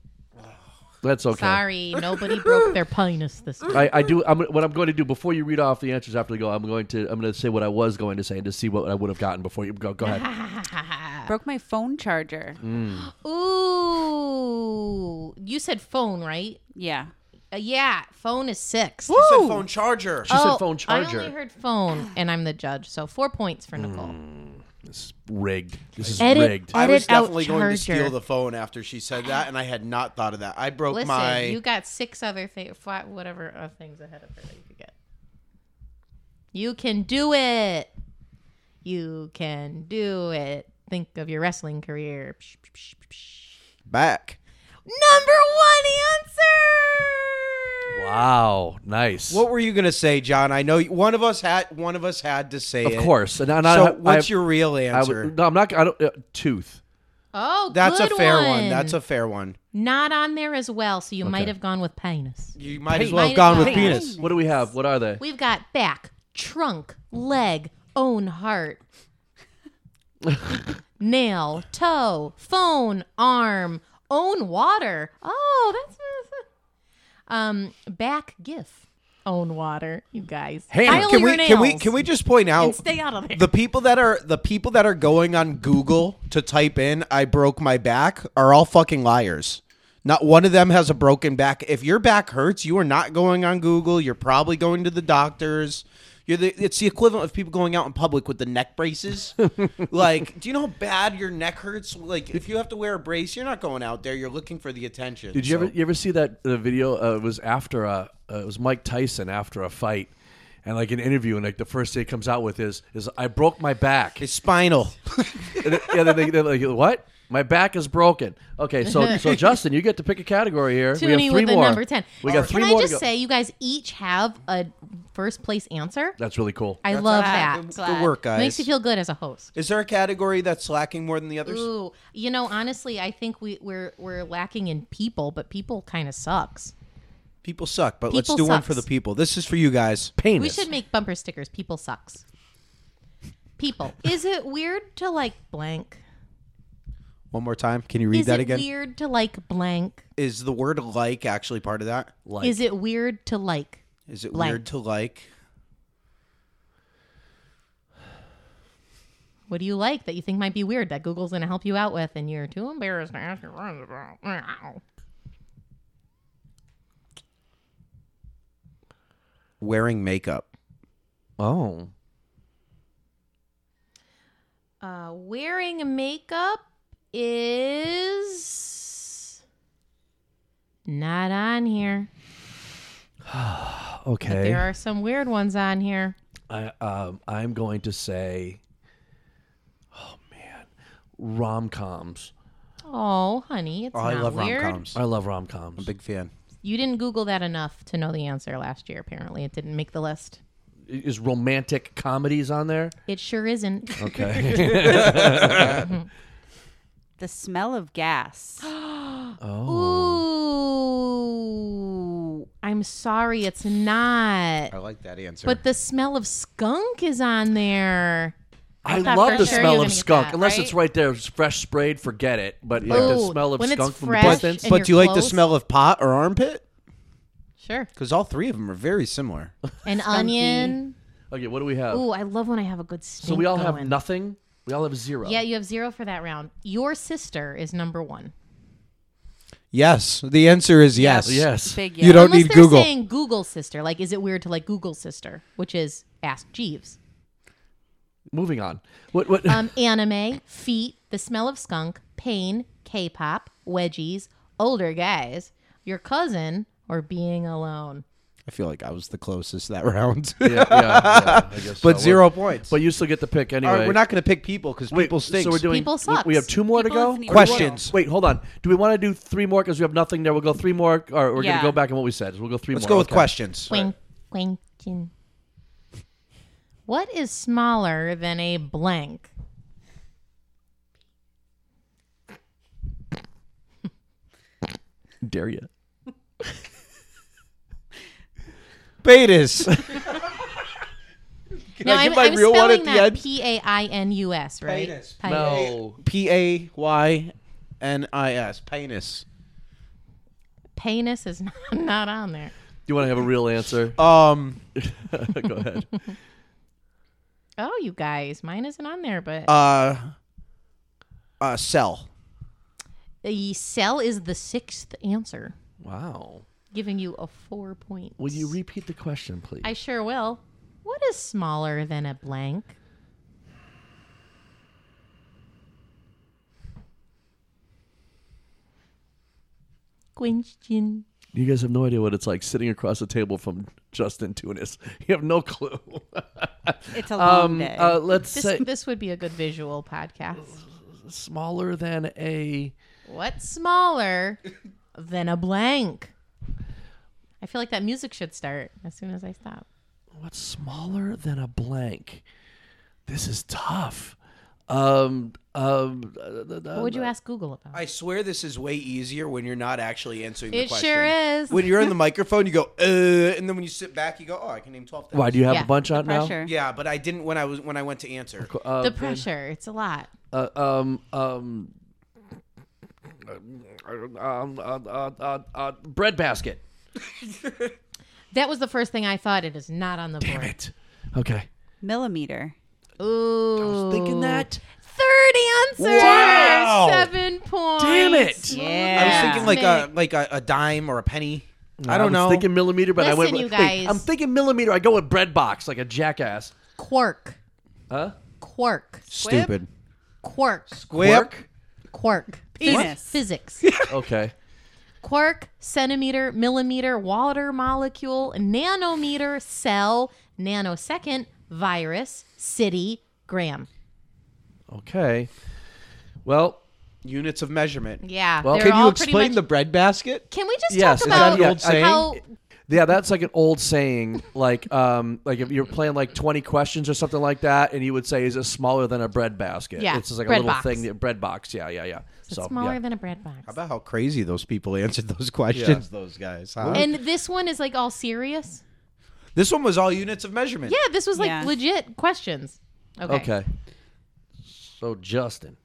S2: That's okay. (laughs)
S1: Sorry, nobody broke their penis this time.
S2: I, I do. I'm, what I'm going to do before you read off the answers after the go, I'm going to I'm going to say what I was going to say and to see what I would have gotten before you go. Go
S1: (laughs)
S2: ahead.
S4: Broke my phone charger.
S2: Mm.
S1: Ooh, you said phone, right?
S4: Yeah.
S1: Uh, yeah, phone is six. Oh,
S3: You said phone charger.
S2: She said phone
S1: I only
S2: charger.
S1: heard phone, and I'm the judge, so four points for Nicole.
S2: rigged. This is
S1: Edit.
S2: rigged.
S3: Hmm. I was
S1: Edit out
S3: definitely going to
S1: charger.
S3: steal the phone after she said that, and I had not thought of that. I broke
S1: Listen,
S3: my.
S1: you got six other things, whatever uh, things ahead of her that you could get. You can do it. You can do it. Think of your wrestling career. Psh, psh, psh, psh.
S3: back.
S1: Number one answer.
S2: Wow. Nice.
S3: What were you gonna say, John? I know you- one of us had one of us had to say it.
S2: of course. And, I- and
S3: So
S2: I,
S3: what's
S2: I,
S3: your real
S2: I
S3: answer?
S2: would, no, I'm not. I don't. Uh, tooth.
S1: Oh,
S3: That's a
S1: good
S3: fair one. That's a fair one.
S1: not on there as well. So you might have gone with penis.
S3: You might as
S2: Hey,
S3: well
S1: might as
S3: have gone with
S1: well.
S3: penis.
S2: What do we have? What are they?
S1: We've got back, trunk, leg, own heart, nail, toe, phone, arm, own water. Oh, that's um back gif, own water. You guys,
S2: Hannah,
S1: File
S3: Can
S1: your
S3: we can we
S1: nails
S3: can we just point
S1: and
S3: out
S1: stay out of there?
S3: the people that are the people that are going on Google to type in "I broke my back" are all fucking liars. Not one of them has a broken back. If your back hurts, you are not going on Google. You're probably going to the doctors. You're the, it's the equivalent of people going out in public with the neck
S2: (laughs)
S3: braces. like, do you know how bad your neck hurts? Like, if you have to wear a brace, you're not going out there. You're looking for the attention.
S2: Did you
S3: So-
S2: ever you ever see that uh, video? Uh, it was after a uh, it was Mike Tyson after a fight, and like an interview, and like the first thing it comes out with is is I broke my back.
S3: It's spinal. (laughs)
S2: and then- yeah, then they, they're like, what? My back is broken. Okay,
S1: (laughs)
S2: so so Justin, you get to pick a category here. we have
S1: Toonie
S2: three
S1: with the
S2: more.
S1: number ten.
S2: We got
S1: Can
S2: three
S1: I
S2: more. to
S1: just
S2: go.
S1: say, you guys each have a first place answer.
S2: That's really cool.
S1: I love
S4: Ah,
S1: that.
S3: the- the work, guys.
S1: Makes you feel good as a host.
S3: Is there a category that's lacking more than the others?
S1: Ooh, you know, honestly, I think we, we're we're lacking in people, but people kind of sucks.
S3: People suck, but let's
S1: People
S3: do one for
S1: sucks.
S3: the people. This is for you guys.
S2: Penis.
S1: We should make bumper stickers. People sucks. (laughs) People, is it weird to like blank?
S3: One more time. Can you read
S1: is
S3: that
S1: it
S3: again?
S1: weird to like blank?
S3: Is the word like actually part of that?
S2: like.
S1: Is it weird to like?
S3: Is it
S1: Blank.
S3: weird to like?
S1: What do you like that you think might be weird that Google's going to help you out with, and you're too embarrassed to ask your friends about?
S3: Wearing makeup.
S2: Oh.
S1: Uh, wearing makeup is not on here.
S2: Okay.
S1: There are some weird ones on here.
S2: I um I'm going to say Oh man. Rom coms.
S1: Oh, honey, it's
S3: Oh,
S1: not
S3: I love rom
S1: weird.
S3: coms.
S2: I love rom coms.
S3: Big fan.
S1: You didn't Google that enough to know the answer last year. Apparently, it didn't make the list.
S2: Is romantic comedies on there?
S1: It sure isn't.
S2: Okay.
S4: The smell of
S1: (gasps)
S4: gas.
S2: Oh.
S1: Ooh, I'm sorry, it's not.
S3: I like that answer.
S1: But the smell of skunk is on there.
S2: I
S1: thought
S2: love
S1: for
S2: the
S1: sure you were
S2: smell
S1: gonna
S2: of
S1: get
S2: skunk.
S1: that,
S2: Unless
S1: right?
S2: it's right there, it's fresh sprayed, forget it. But like the
S1: Ooh,
S2: smell of
S1: when it's
S2: skunk from a
S1: fresh
S2: distance.
S1: and
S3: but
S1: your
S3: do you like the
S1: clothes?
S3: smell of pot or armpit?
S1: Sure.
S3: because all three of them are very similar.
S1: An onion.
S2: Okay, what do we have?
S1: Ooh, I love when I have a good stink
S2: so we all have
S1: going.
S2: nothing. We all have zero.
S1: Yeah, you have zero for that round. Your sister is number one.
S3: Yes, the answer is yes.
S2: Yes.
S4: Big
S3: You
S4: yeah.
S3: don't
S1: Unless
S3: need
S1: they're
S3: Google.
S1: saying Google sister. Like, is it weird to like Google sister, which is ask Jeeves.
S2: Moving on. What? What?
S3: (laughs)
S1: Um, anime, feet, the smell of skunk, pain, K-pop, wedgies, older guys, your cousin, or being alone.
S3: I feel like I was the closest that (laughs) round,
S2: (laughs) yeah, yeah, yeah, I guess
S3: but
S2: so.
S3: zero points.
S2: But you still get to pick anyway.
S3: All right, we're not going to pick people because
S2: Wait,
S3: people stink.
S2: So we're doing.
S1: People
S2: we-
S1: sucks.
S2: We have two more
S4: People
S2: to go.
S4: isn't even
S3: Questions.
S2: Wait, hold on. Do we want to do three more because we have nothing there? We'll go three more, or we're
S4: Yeah.
S2: going to go back on what we said. We'll go 3
S3: Let's
S2: more.
S3: go with
S2: Okay.
S3: questions.
S1: Quing, quing, chin. What is smaller than a blank?
S2: Dare you? (laughs)
S3: Betas. Can
S1: No,
S3: I
S1: I'm,
S3: get my
S1: I'm
S3: real one
S1: spelling
S3: at the
S1: that
S3: end?
S1: P A I N U S, right?
S3: Penis.
S1: Pi-
S2: No.
S3: P A Y N I S. Penis.
S1: Penis is (laughs) not, not on there.
S2: You want to have a real answer?
S3: Um.
S2: go ahead.
S1: Oh, you guys, mine isn't on there, but
S3: Uh. Uh. Cell.
S1: the cell is the sixth answer,
S2: Wow.
S1: giving you a four point.
S2: Will you repeat the question, please?
S1: I sure will. What is smaller than a blank? Question.
S2: you guys have no idea what it's like sitting across the table from Justin Tunis. (laughs) You have no clue.
S4: It's a long
S2: Um,
S4: day.
S2: uh, let's
S1: This
S2: say
S1: this would be a good visual podcast.
S2: smaller than a.
S1: What's smaller than a blank? I feel like that music should start as soon as I stop.
S2: What's smaller than a blank? This is tough. Um. Um.
S1: What would you ask Google about?
S3: I swear this is way easier when you're not actually answering the
S1: it
S3: question.
S1: sure is.
S3: When you're in the microphone, you go, uh, and then when you sit back, you go, oh, I can name twelve things.
S2: Why do you have
S1: Yeah,
S2: a bunch on now?
S4: Pressure.
S3: Yeah, but I didn't when I was when I went to answer.
S2: Uh,
S1: the pressure. It's a lot.
S2: uh, um, um, um, uh, uh, uh, uh, bread basket.
S1: That was the first thing I thought. It is not on the board.
S2: It. Okay.
S4: Millimeter.
S1: Ooh.
S2: Thinking that.
S1: Third answer.
S3: Wow.
S1: Seven points.
S2: Damn it.
S4: Yeah.
S3: I was thinking like uh, a
S1: Nick.
S3: like a, a dime or a penny. I
S2: was
S3: don't know.
S2: Thinking millimeter, but I
S1: Listen,
S2: went.
S1: you
S2: with-
S1: guys.
S2: Wait, I'm thinking millimeter. I go with bread box like a jackass.
S1: Quark.
S2: Huh?
S1: Quark.
S3: Stupid.
S1: Quark.
S3: Quip.
S1: Quark.
S4: Penis.
S1: (laughs) Physics.
S2: Okay.
S1: quark, centimeter, millimeter, water molecule, nanometer, cell, nanosecond, virus, city, gram.
S2: (laughs) Okay. Well,
S3: Units of measurement.
S1: Yeah.
S2: Well,
S1: they're
S3: Can you
S1: all pretty
S3: explain
S1: much-
S3: the bread basket?
S1: Can we just
S2: Yes,
S1: talk
S2: is that
S1: about
S2: an old
S1: how?
S2: saying? yeah, that's like an old saying. Like, um, like if you're playing like 20 questions or something like that, and you would say, "Is it smaller than a bread basket?"
S1: Yeah,
S2: It's just like
S1: bread
S2: a little
S1: box.
S2: thing. that- Bread box. Yeah, yeah, yeah.
S1: It's
S2: so
S1: smaller
S2: yeah.
S1: than a bread box.
S3: How about how crazy those people (laughs) answered those questions? Those guys. huh?
S1: and this one is like all serious.
S3: this one was all units of measurement.
S1: Yeah, this was like
S4: Yeah.
S1: legit questions. Okay.
S2: Okay. So Justin,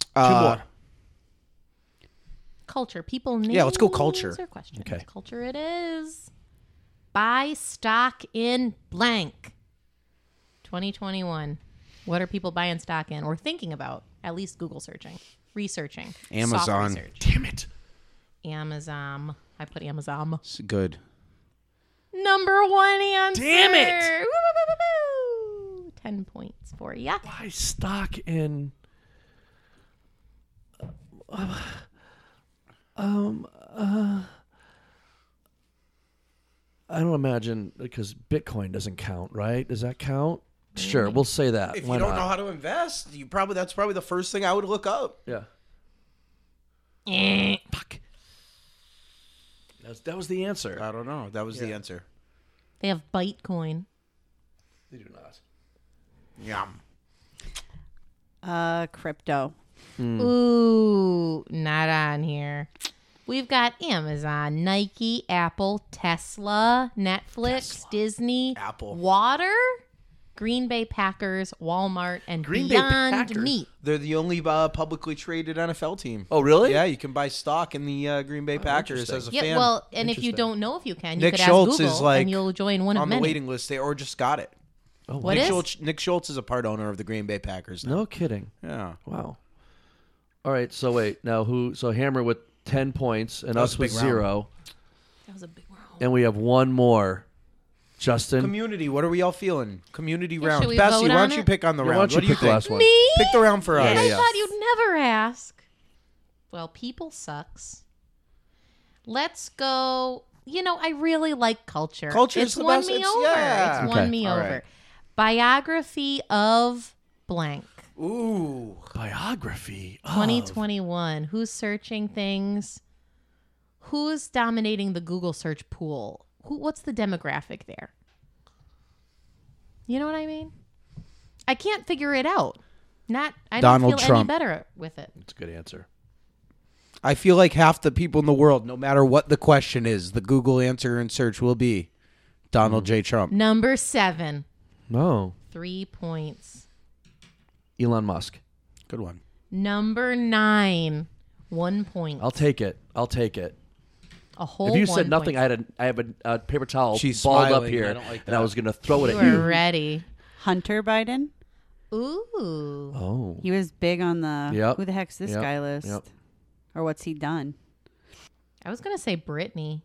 S2: two
S3: Uh,
S2: more.
S1: Culture. People names.
S3: Yeah, let's go culture.
S1: Or questions.
S2: Okay.
S1: Culture it is. Buy stock in blank. 2021. What are people buying stock in or thinking about? At least Google searching, researching. Soft
S3: Amazon.
S1: research.
S2: Damn it.
S1: Amazon. I put Amazon.
S3: It's good.
S1: Number one answer.
S2: Damn it.
S1: Woo, woo, woo, woo, woo. Ten points for ya.
S2: I stock in. uh, Um. Uh, I don't imagine because Bitcoin doesn't count, right? Does that count? Sure, we'll say that.
S3: If
S2: Why
S3: you don't
S2: not?
S3: know how to invest, you probably that's probably the first thing I would look up.
S2: yeah.
S1: Eh.
S2: Fuck. That was, that was the answer.
S3: I don't know. That was the answer.
S1: They have Bitcoin.
S2: they do not.
S3: Yum.
S4: Uh, crypto.
S3: Mm.
S1: Ooh, not on here. We've got Amazon, Nike, Apple, Tesla, Netflix, Disney,
S3: Apple.
S1: water, Green Bay Packers, Walmart, and
S2: Green Bay
S1: Beyond
S2: Packers?
S1: Meat.
S3: They're the only uh, publicly traded NFL team.
S2: Oh, really?
S3: Yeah, you can buy stock in the uh, Green Bay Packers as a
S1: Yeah,
S3: fan.
S1: well, and if you
S2: Interesting.
S1: don't know if you can, you
S3: Nick
S1: could
S3: Schultz
S1: ask
S3: is
S1: Google
S3: like
S1: and you'll join one of
S3: on the
S1: many.
S3: waiting list, they or just got it.
S1: What
S3: Nick
S1: is?
S3: Schultz, Nick Schultz is a part owner of the Green Bay Packers. Now.
S2: Oh, No kidding.
S3: Yeah,
S2: Wow. All right. So wait. Now who? So Hammer with ten points and
S3: was
S2: us
S3: a big
S2: with
S3: round.
S2: zero,
S1: That was a big round.
S2: and we have one more. Justin,
S3: community. What are we all feeling? Community round.
S1: should we
S3: Bessie,
S1: vote
S3: why don't
S1: on
S3: you
S1: it?
S3: pick on the
S2: Yeah,
S3: round?
S2: why don't you
S3: what do you
S2: pick the
S3: think?
S2: last one?
S1: Me?
S3: Pick the round for us.
S1: I thought you'd never ask. Well, people sucks. Let's go. You know, I really like culture.
S3: Culture's
S1: it's
S3: the
S1: won
S3: best-
S1: me
S3: it's-
S1: over.
S3: yeah.
S1: It's
S2: Okay.
S1: won me
S3: All
S1: over.
S3: right.
S1: Biography of blank.
S3: Ooh,
S2: biography. Oh, of-
S1: 2021. Who's searching things? Who's dominating the Google search pool? Who what's the demographic there? You know what I mean? I can't figure it out. Not I
S3: Donald
S1: don't feel
S3: Trump.
S1: any better with it.
S2: That's a good answer.
S3: I feel like half the people in the world, no matter what the question is, the Google answer and search will be Donald J. Trump.
S1: Number 7.
S2: No,
S1: 3 points.
S2: Elon Musk.
S3: Good one.
S1: Number 9. 1 point.
S2: I'll take it. I'll take it.
S1: A whole
S2: Oh, If you
S1: one
S2: said nothing,
S1: point.
S2: I had a, I have a, a paper towel
S3: She's
S2: balled up
S3: smiling.
S2: here,
S3: I don't like
S2: and I
S3: that.
S2: was gonna throw it
S1: you
S2: at you.
S1: are ready.
S4: Hunter Biden.
S1: Ooh.
S2: Oh,
S4: He was big on the
S2: Yep.
S4: who the heck's this
S2: Yep.
S4: guy list,
S2: Yep.
S4: or what's he done?
S1: I was going to say Britney.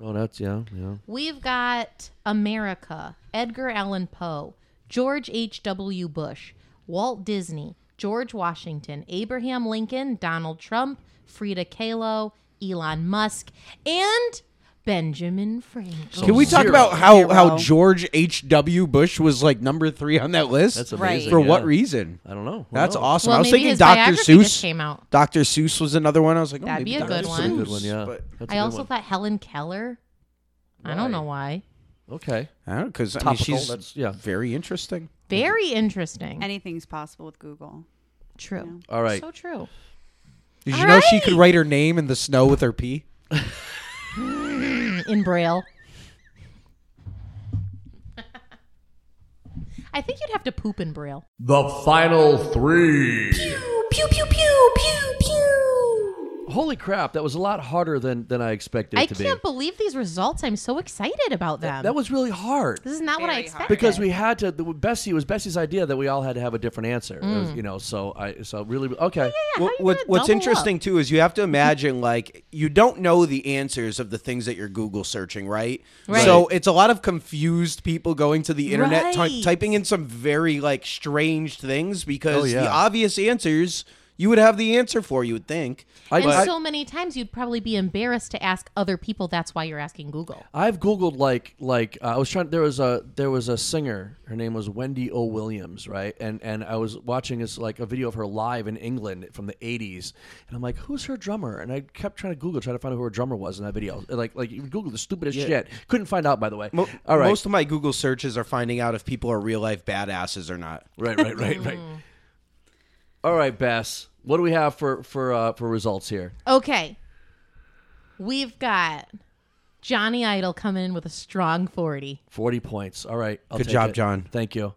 S2: oh, that's yeah, yeah.
S1: We've got America, Edgar Allan Poe, George H.W. Bush, Walt Disney, George Washington, Abraham Lincoln, Donald Trump, Frida Kahlo, Elon Musk, and Benjamin Franklin.
S3: Can we talk
S2: Zero.
S3: about how, how
S4: Zero.
S3: George H.W. Bush was like number three on that list?
S2: That's
S4: Right.
S2: amazing.
S4: amazing,
S3: For what
S2: yeah.
S3: reason?
S2: I don't know. Who
S3: That's
S2: knows?
S3: awesome.
S1: Well,
S3: I was
S1: maybe
S3: thinking
S1: his
S3: Dr.
S1: biography just
S3: Seuss.
S1: came out.
S3: Dr. Seuss was another one. I was like, oh,
S4: That'd be
S3: maybe
S1: a
S3: Dr.
S1: good
S3: Seuss.
S1: one.
S2: Good one, yeah.
S3: But-
S2: That's a
S1: I
S2: good
S1: also
S2: one. Mm-hmm.
S1: thought Helen Keller. I don't know why.
S2: Okay.
S3: I don't know because I mean,
S2: Topical,
S3: she's
S2: that's- yeah.
S3: very interesting.
S1: Very interesting.
S4: Anything's possible with Google.
S1: true.
S2: All right.
S1: So true.
S3: Did you
S1: All
S3: know she could
S1: right.
S3: write her name in the snow with her pee?
S1: Mm, in braille. (laughs) I think you'd have to poop in braille.
S5: The final three.
S1: Pew pew pew pew pew.
S2: Holy crap! That was a lot harder than than I expected it
S1: I
S2: to
S1: can't
S2: be.
S1: believe these results. I'm so excited about them.
S2: That was really hard.
S1: this is not what I
S4: Very hard.
S1: expected.
S2: because we had to the, Bessie it was Bessie's idea that we all had to have a different answer. It
S1: Mm.
S2: was, you know, so I so really okay.
S1: How
S3: Wha-
S1: you
S3: what-
S1: gonna
S3: what's
S1: double
S3: interesting too is you have to imagine like you don't know the answers of the things that you're Google searching, right?
S1: Right.
S3: So it's a lot of confused people going to the internet, ty-
S1: Right.
S3: typing in some very like strange things because
S2: Oh, yeah.
S3: the obvious answers you would have the answer for. You would think.
S2: I,
S1: and
S2: I,
S1: so many times you'd probably be embarrassed to ask other people. That's why you're asking Google.
S2: I've googled like like uh, I was trying. There was a there was a singer. Her name was Wendy O. Williams, right? And and I was watching this like a video of her live in England from the '80s, and I'm like, who's her drummer? And I kept trying to Google, trying to find out who her drummer was in that video. Like like you would Google the stupidest shit. Couldn't find out, by the way.
S3: Mo-
S2: All right,
S3: Most of my Google searches are finding out if people are real life badasses or not.
S2: right, right, right, right. All right, Bass. What do we have for for uh, for results here?
S1: Okay, we've got Johnny Idol coming in with a strong forty.
S2: Forty points. All right. I'll
S3: Good
S2: take
S3: job,
S2: it.
S3: John.
S2: Thank you.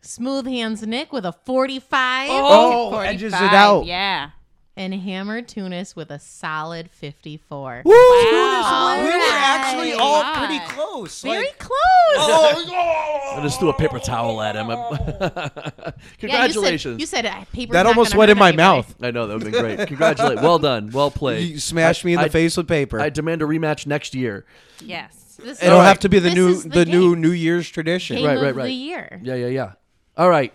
S1: Smooth Hands Nick with a forty-five.
S3: Oh, edges
S4: edges
S3: it out.
S4: Yeah.
S1: and Hammer Tunis with a solid 54.
S3: Woo!
S4: Wow.
S3: We were
S1: Alright.
S3: actually all
S4: Wow.
S3: pretty close. (laughs)
S1: Very
S3: like-
S1: close.
S2: I just threw a paper towel at him. (laughs)
S1: Yeah, you said-
S2: Congratulations.
S1: you said, uh, paper.
S3: that almost went in my mouth.
S2: I know that would have been great. Congratulate. Well done. Well played.
S3: Oh, You smashed me in
S2: I-
S3: the
S2: I-
S3: face with paper.
S2: I demand a rematch next year.
S4: Yes.
S3: It'll have to be the
S1: This
S3: new
S1: is
S3: the,
S1: the
S3: new
S1: game.
S3: New Year's tradition.
S1: game
S2: Right, right,
S1: of
S2: right.
S1: the year.
S2: Yeah, yeah, yeah. All right.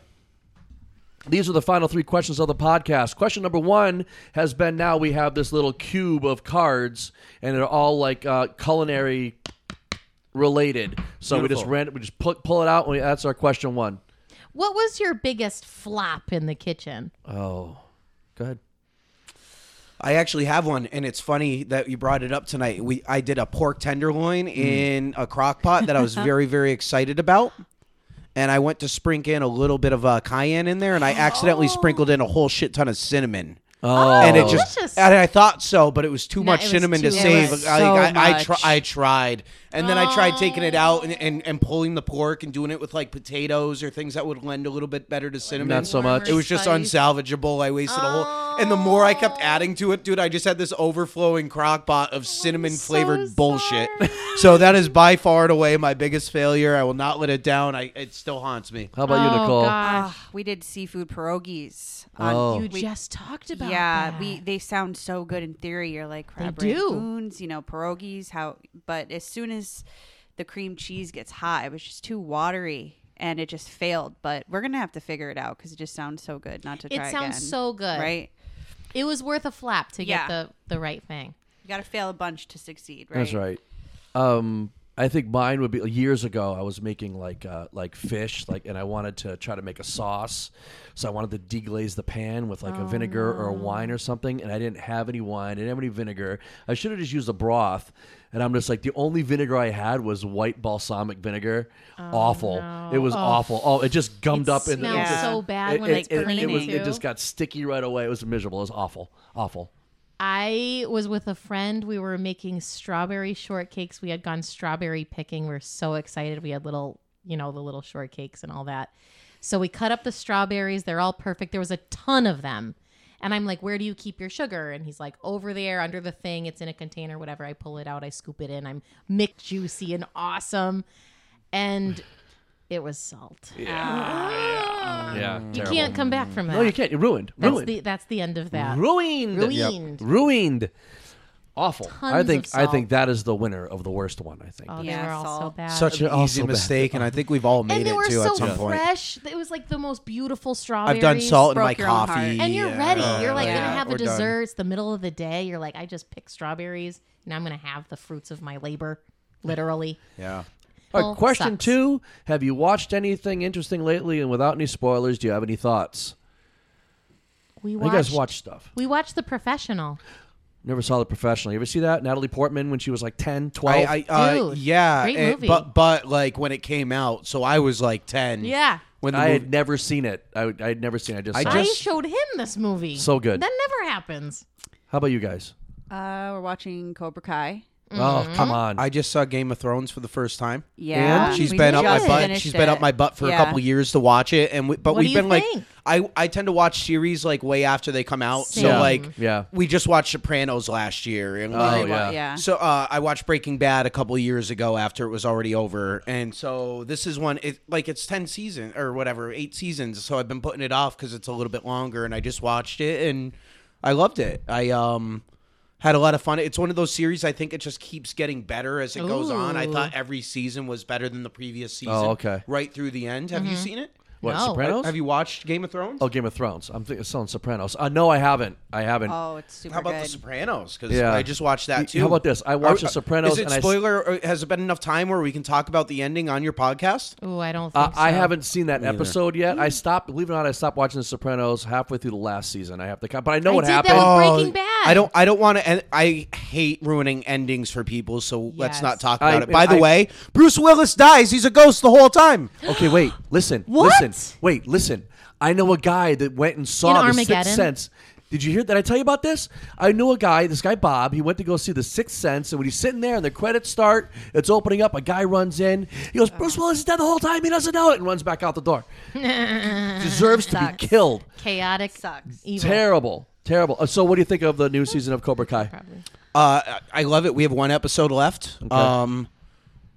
S2: These are the final three questions of the podcast. Question number one has been now we have this little cube of cards, and they're all like uh, culinary related. So we just
S3: Beautiful.
S2: ran, we just pull, pull it out. And we, that's our question one.
S1: What was your biggest flop in the kitchen?
S2: Oh, go ahead.
S3: I actually have one, and it's funny that you brought it up tonight. We I did a pork tenderloin
S1: Mm.
S3: in a crock pot that I was
S1: (laughs)
S3: very very excited about, and
S1: (gasps)
S3: I went to sprinkle in a little bit of uh, cayenne in there, and I accidentally sprinkled in a whole shit ton of cinnamon.
S2: Oh,
S3: and it
S1: Oh.
S3: just
S1: Delicious.
S3: and I thought so, but it was too
S1: No, it
S3: much
S1: was
S3: cinnamon
S1: too
S3: to
S1: much.
S3: save.
S4: It was
S3: I,
S4: so
S3: I, I,
S4: much.
S3: tr- I tried, and then I tried taking it out and, and and pulling the pork and doing it with like potatoes or things that would lend a little bit better to cinnamon.
S2: Not so much.
S3: It was just
S1: Spice.
S3: unsalvageable. I wasted a whole. And the more I kept adding to it, dude, I just had this overflowing crock pot
S1: Oh,
S3: of cinnamon flavored bullshit. (laughs) So that is by far and away my biggest failure. I will not let it down. I it still haunts me.
S2: how about you,
S1: Oh,
S2: Nicole?
S1: God.
S4: Ah, we did seafood pierogies. On,
S2: Oh.
S1: You
S4: we-
S1: just talked about
S4: yeah,
S1: that.
S4: we they sound so good in theory. You're like crab
S1: They do.
S4: rangoons, you know, pierogies. How, but as soon as the cream cheese gets hot, it was just too watery and it just failed. But we're gonna have to figure it out because it just sounds so good. Not to
S1: It
S4: try
S1: sounds
S4: again,
S1: so good.
S4: right?
S1: It was worth a flap to
S4: Yeah.
S1: get the the right thing.
S4: You got to fail a bunch to succeed, right?
S2: That's right. Um, I think mine would be years ago. I was making like uh, like fish, like, and I wanted to try to make a sauce, so I wanted to deglaze the pan with like a vinegar or a wine
S1: Oh.
S2: or something, and I didn't have any wine, I didn't have any vinegar. I should have just used a broth, and I'm just like the only vinegar I had was white balsamic vinegar. awful. It was awful. Oh, it just gummed
S1: Oh, It
S2: up in.
S1: smells
S2: it just-
S1: so bad when it's
S2: it,
S1: cleaning,
S2: was, it
S1: too.
S2: just got sticky right away. It was miserable. It was awful. Awful.
S1: I was with a friend. We were making strawberry shortcakes. We had gone strawberry picking. We were so excited. We had little, you know, the little shortcakes and all that. So we cut up the strawberries. They're all perfect. There was a ton of them. And I'm like, where do you keep your sugar? And he's like, over there, under the thing. It's in a container, whatever. I pull it out. I scoop it in. I'm mixed, juicy, and awesome. And it was salt.
S2: Yeah.
S1: You can't come back from that.
S2: No, Oh, you can't. It ruined.
S1: That's
S2: ruined.
S1: the that's the end of that.
S2: ruined,
S1: Ruined. Yep.
S2: ruined. Awful. I
S1: Tons
S2: think
S1: of
S2: I
S1: salt.
S2: think that is the winner of the worst one. I think.
S1: Oh, they
S4: Yeah,
S1: were all so
S4: salt.
S1: bad.
S3: Such an
S2: Also
S3: easy
S2: bad.
S3: mistake, and I think we've all made
S1: and they
S3: it
S1: were
S3: too
S1: so
S3: at some point.
S1: fresh. It was like the most beautiful strawberries.
S3: I've done salt in
S4: Broke
S3: my
S4: your own heart.
S3: coffee,
S1: and you're
S3: uh,
S1: ready. You're like
S4: Oh, yeah.
S1: gonna have a
S3: we're done.
S1: dessert. It's the middle of the day. You're like, I just picked strawberries, and I'm gonna have the fruits of my labor,
S3: (laughs)
S1: literally.
S3: Yeah.
S2: All
S1: Well,
S2: right, question
S1: sucks.
S2: two: Have you watched anything interesting lately? And without any spoilers, do you have any thoughts?
S1: We
S2: I think I
S1: watched.
S2: just watched stuff.
S1: we watched The Professional.
S2: Never saw the professional. You ever see that Natalie Portman when she was like 10, 12?
S3: I, I uh,
S1: Dude,
S3: yeah,
S1: great
S3: and-
S1: movie.
S3: but but like when it came out, so I was like ten.
S1: Yeah.
S3: when the
S2: I
S3: movie,
S2: had never seen it. I would- I had never seen. it. I just.
S3: I
S2: saw
S1: I
S2: it.
S3: just-
S1: showed him this movie.
S2: So good.
S1: That never happens.
S2: How about you guys?
S4: Uh, we're watching Cobra Kai.
S2: Oh come on!
S3: I just saw Game of Thrones for the first time.
S4: Mm-hmm. Yeah,
S3: she's
S4: we
S3: been up my
S4: just
S3: butt.
S4: finished
S3: She's been up
S4: it.
S3: my butt for a
S4: Yeah.
S3: couple years to watch it, and we, but
S1: What do
S3: we've
S1: you
S3: been
S1: think?
S3: like, I I tend to watch series like way after they come out.
S1: Same.
S3: So like,
S2: Yeah.
S3: we just watched Sopranos last year, and like,
S2: Oh, yeah.
S4: yeah.
S3: So uh, I watched Breaking Bad a couple years ago after it was already over, and so this is one. It like it's ten season or whatever, eight seasons. So I've been putting it off because it's a little bit longer, and I just watched it and I loved it. I um had a lot of fun. It's one of those series. I think it just keeps getting better as it goes on. I
S1: Ooh.
S3: thought every season was better than the previous season.
S2: Oh, okay.
S3: right through the end. Have you seen it?
S2: What
S1: No.
S2: Sopranos?
S3: Have you watched Game of Thrones?
S2: oh, Game of Thrones. I'm thinking selling Sopranos. Uh, no, I haven't. I haven't.
S4: Oh, it's super
S3: How about
S4: good.
S3: The Sopranos? Because
S2: Yeah.
S3: I just watched
S2: Y-
S3: that too.
S2: how about this? I watched
S3: Are-
S2: The Sopranos
S3: Is it
S2: and I s-
S3: spoiler? or has it been enough time where we can talk about the ending on your podcast?
S1: Oh, I don't.
S2: Uh,
S1: think so.
S2: I haven't seen that episode yet.
S1: Hmm.
S2: I stopped, believe it or not, I stopped watching The Sopranos halfway through the last season. I have to, co- but I know
S1: I
S2: what
S1: did that
S2: happened.
S1: with Breaking Bad.
S3: I don't. I don't want to. end I hate ruining endings for people, so let's
S1: Yes.
S3: not talk about
S2: I-
S3: it. By the
S2: I-
S3: way, Bruce Willis dies. He's a ghost the whole time.
S1: Oh.
S2: Okay, wait, listen,
S1: (gasps) What?
S2: listen, wait, listen. I know a guy that went and saw
S1: In
S2: The Sixth
S1: Armageddon?
S2: Sense. Did you hear? Did I tell you about this? I know a guy, this guy Bob. He went to go see The Sixth Sense, and when he's sitting there and the credits start, it's opening up. A guy runs in. He goes,
S1: Oh.
S2: "Bruce Willis is dead the whole time. He doesn't know it," and runs back out the
S1: (laughs)
S2: door. Deserves to
S4: Sucks.
S2: be killed.
S1: Chaotic
S4: Sucks.
S1: Evil.
S2: Terrible, terrible. Uh, so, what do you think of the new season of Cobra Kai?
S3: Uh, I- I love it. We have one episode left. Um,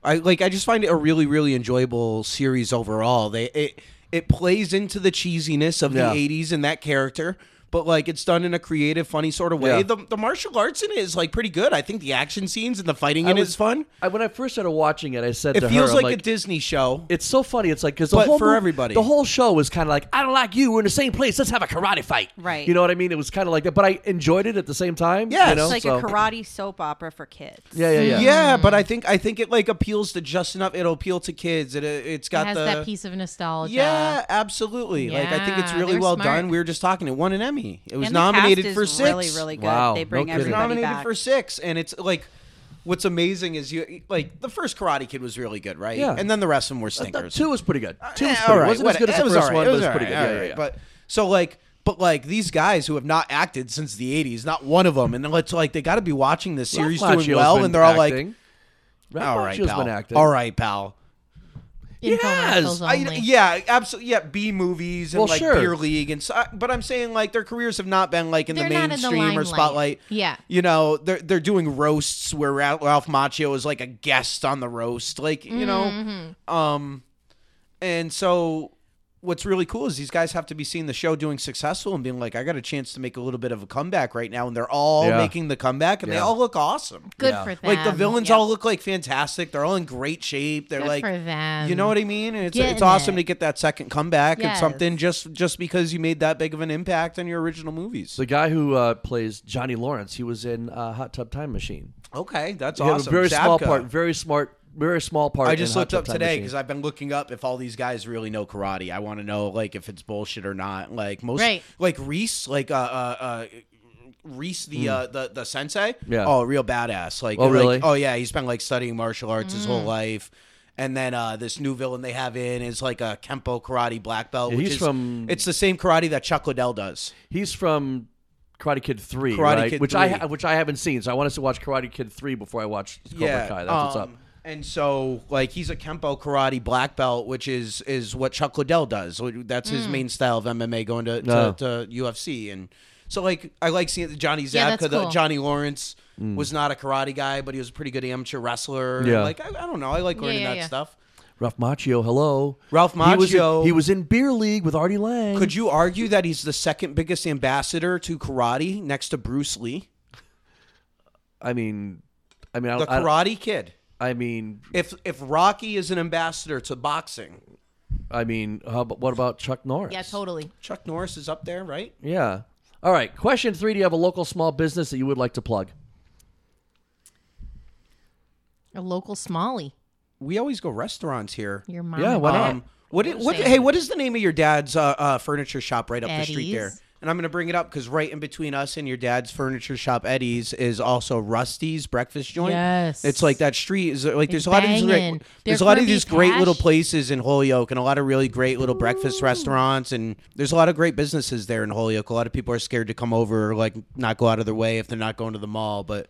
S3: I like. I just find it a really, really enjoyable series overall. They it it plays into the cheesiness of
S2: Yeah.
S3: the '80s and that character, but like it's done in a creative, funny sort of way.
S2: Yeah.
S3: The the martial arts in it is like pretty good. I think the action scenes and the fighting in it
S2: was-
S3: is fun.
S2: I, when I first started watching it, I said
S3: It
S2: to
S3: feels
S2: her,
S3: like,
S2: I'm
S3: a Disney show.
S2: it's so funny. It's like because the
S3: But
S2: whole
S3: for
S2: mov-
S3: everybody.
S2: the whole show was kind of like, I don't like you. We're in the same place. Let's have a karate fight.
S4: Right.
S2: You know what I mean? It was kind of like that, but I enjoyed it at the same time.
S3: Yes.
S2: You know?
S4: It's like
S2: so,
S4: a karate soap opera for kids.
S2: Yeah, yeah, yeah.
S3: Yeah, but I think I think it like appeals to just enough. It'll appeal to kids. It uh, it's
S1: It
S3: got
S1: has
S3: the
S1: that piece of nostalgia.
S4: uh,
S3: yeah, absolutely. Like I think it's
S1: Yeah,
S3: really
S1: they're
S3: well
S1: smart.
S3: done. We were just talking. It won an Emmy. It was
S4: And the cast
S3: nominated
S4: is
S3: for six.
S4: Really, really good.
S2: Wow,
S4: They
S2: no
S4: bring
S2: kidding.
S3: It was
S4: everybody
S3: nominated
S4: back.
S3: for six, and it's like. What's amazing is you like the first Karate Kid was really good, right?
S2: Yeah.
S3: and then the rest of them were
S2: Uh,
S3: stinkers.
S2: Two was pretty good. Two
S3: Eh,
S2: was
S3: all
S2: pretty
S3: right,
S2: Wasn't as
S3: whatever.
S2: good as the
S3: It was
S2: first
S3: all right,
S2: one,
S3: it
S2: but
S3: was
S2: it's
S3: all
S2: pretty
S3: right,
S2: good.
S3: all
S2: Yeah,
S3: right.
S2: yeah, yeah.
S3: But so like, But like these guys who have not acted since the '80s, not one of them, and it's like they got to be watching this series
S2: Ralph
S3: doing
S2: Macchio's
S3: well,
S2: been
S3: and they're all
S2: acting.
S3: like,
S2: Ralph
S3: "All right,
S2: Macchio's
S3: pal.
S2: been acting.
S3: All right, pal."
S1: In
S2: Yes,
S1: commercials
S3: I,
S1: only.
S3: yeah, absolutely. Yeah, B movies and
S2: Well,
S3: like
S2: sure.
S3: beer league and so, but I'm saying like their careers have not been like in the
S1: They're not in the
S3: mainstream or
S1: limelight.
S3: spotlight.
S1: Yeah.
S3: you know they're they're doing roasts where Ra- Ralph Macchio is like a guest on the roast, like you
S1: Mm-hmm.
S3: know, um, and so what's really cool is these guys have to be seeing the show doing successful and being like, I got a chance to make a little bit of a comeback right now, and they're all
S2: Yeah.
S3: making the comeback and they
S2: Yeah.
S3: all look awesome.
S1: Good for them.
S3: Like the villains all look like fantastic. They're all in great shape. They're
S1: Good
S3: like
S1: for them.
S3: you know what I mean? And it's
S1: Um, Getting
S3: it's
S1: it.
S3: awesome to get that second comeback and
S1: Yes.
S3: something just just because you made that big of an impact on your original movies.
S2: The guy who uh, plays Johnny Lawrence, he was in uh, Hot Tub Time Machine.
S3: Okay, that's
S2: He had
S3: awesome.
S2: a very small
S3: Zabka.
S2: part, very smart, very small part.
S3: I just
S2: in
S3: looked
S2: Hot
S3: up
S2: Tub Time
S3: today
S2: Machine.
S3: because I've been looking up if all these guys really know karate. I want to know like if it's bullshit or not. Like most,
S1: Right.
S3: like Reese, like uh uh. uh Reese, the uh, the the sensei,
S2: Hmm. Yeah.
S3: oh, real badass. Like,
S2: Oh,
S3: like-
S2: really?
S3: oh yeah, he's been like studying martial arts his whole life, and then uh, this new villain they have in is like a kempo karate black belt.
S2: Yeah,
S3: which
S2: he's
S3: is,
S2: from-
S3: It's the same karate that Chuck Liddell does.
S2: He's from Karate Kid Three,
S3: Karate
S2: right?
S3: Kid
S2: which I
S3: 3.
S2: ha- which I haven't seen, so I want us to watch Karate Kid Three before I watch Cobra Kai. That's what's up.
S3: um, And so, like, he's a kempo karate black belt, which is is what Chuck Liddell does. That's
S1: Hmm.
S3: his main style of MMA, going to, to,
S2: No.
S3: to UFC. And so, like, I like seeing Johnny Zabka.
S1: Yeah, that's
S3: the-
S1: cool.
S3: Johnny Lawrence was not a karate guy, but he was a pretty good amateur wrestler.
S2: Hmm. Yeah.
S3: Like, I, I don't know. I like learning
S1: yeah,
S3: that
S1: yeah.
S3: stuff.
S2: Ralph Macchio, hello.
S3: Ralph
S2: He was in-
S3: Macchio.
S2: He was in, Beer League with Artie Lang.
S3: Could you argue that he's the second biggest ambassador to karate next to Bruce Lee,
S2: I mean, I mean, I,
S3: the
S2: I,
S3: Karate Kid?
S2: I mean,
S3: If if Rocky is an ambassador to boxing,
S2: I mean, how, about- what about Chuck Norris?
S1: Yeah, totally.
S3: Chuck Norris is up there, right?
S2: Yeah. All right. Question three: Do you have a local small business that you would like to plug?
S1: A local Smalley.
S3: We always go restaurants here.
S1: Your mom.
S2: Yeah, why not?
S3: Um, what, i- what,
S1: Same.
S3: hey, what is the name of your dad's uh, uh, furniture shop right up the street
S1: Eddie's.
S3: there? And I'm going to bring it up because right in between us and your dad's furniture shop, Eddie's, is also Rusty's breakfast joint.
S1: Yes.
S3: It's like that street is like
S1: It's
S3: there's a lot of these
S1: banging.
S3: great, there's a
S1: Their
S3: lot of
S1: corned
S3: these
S1: beef
S3: great little
S1: hash.
S3: places in Holyoke and a lot of really great little breakfast restaurants and there's a lot of great businesses there in Holyoke. A lot of people are scared to come over or like not go out of their way if they're not going to the mall, but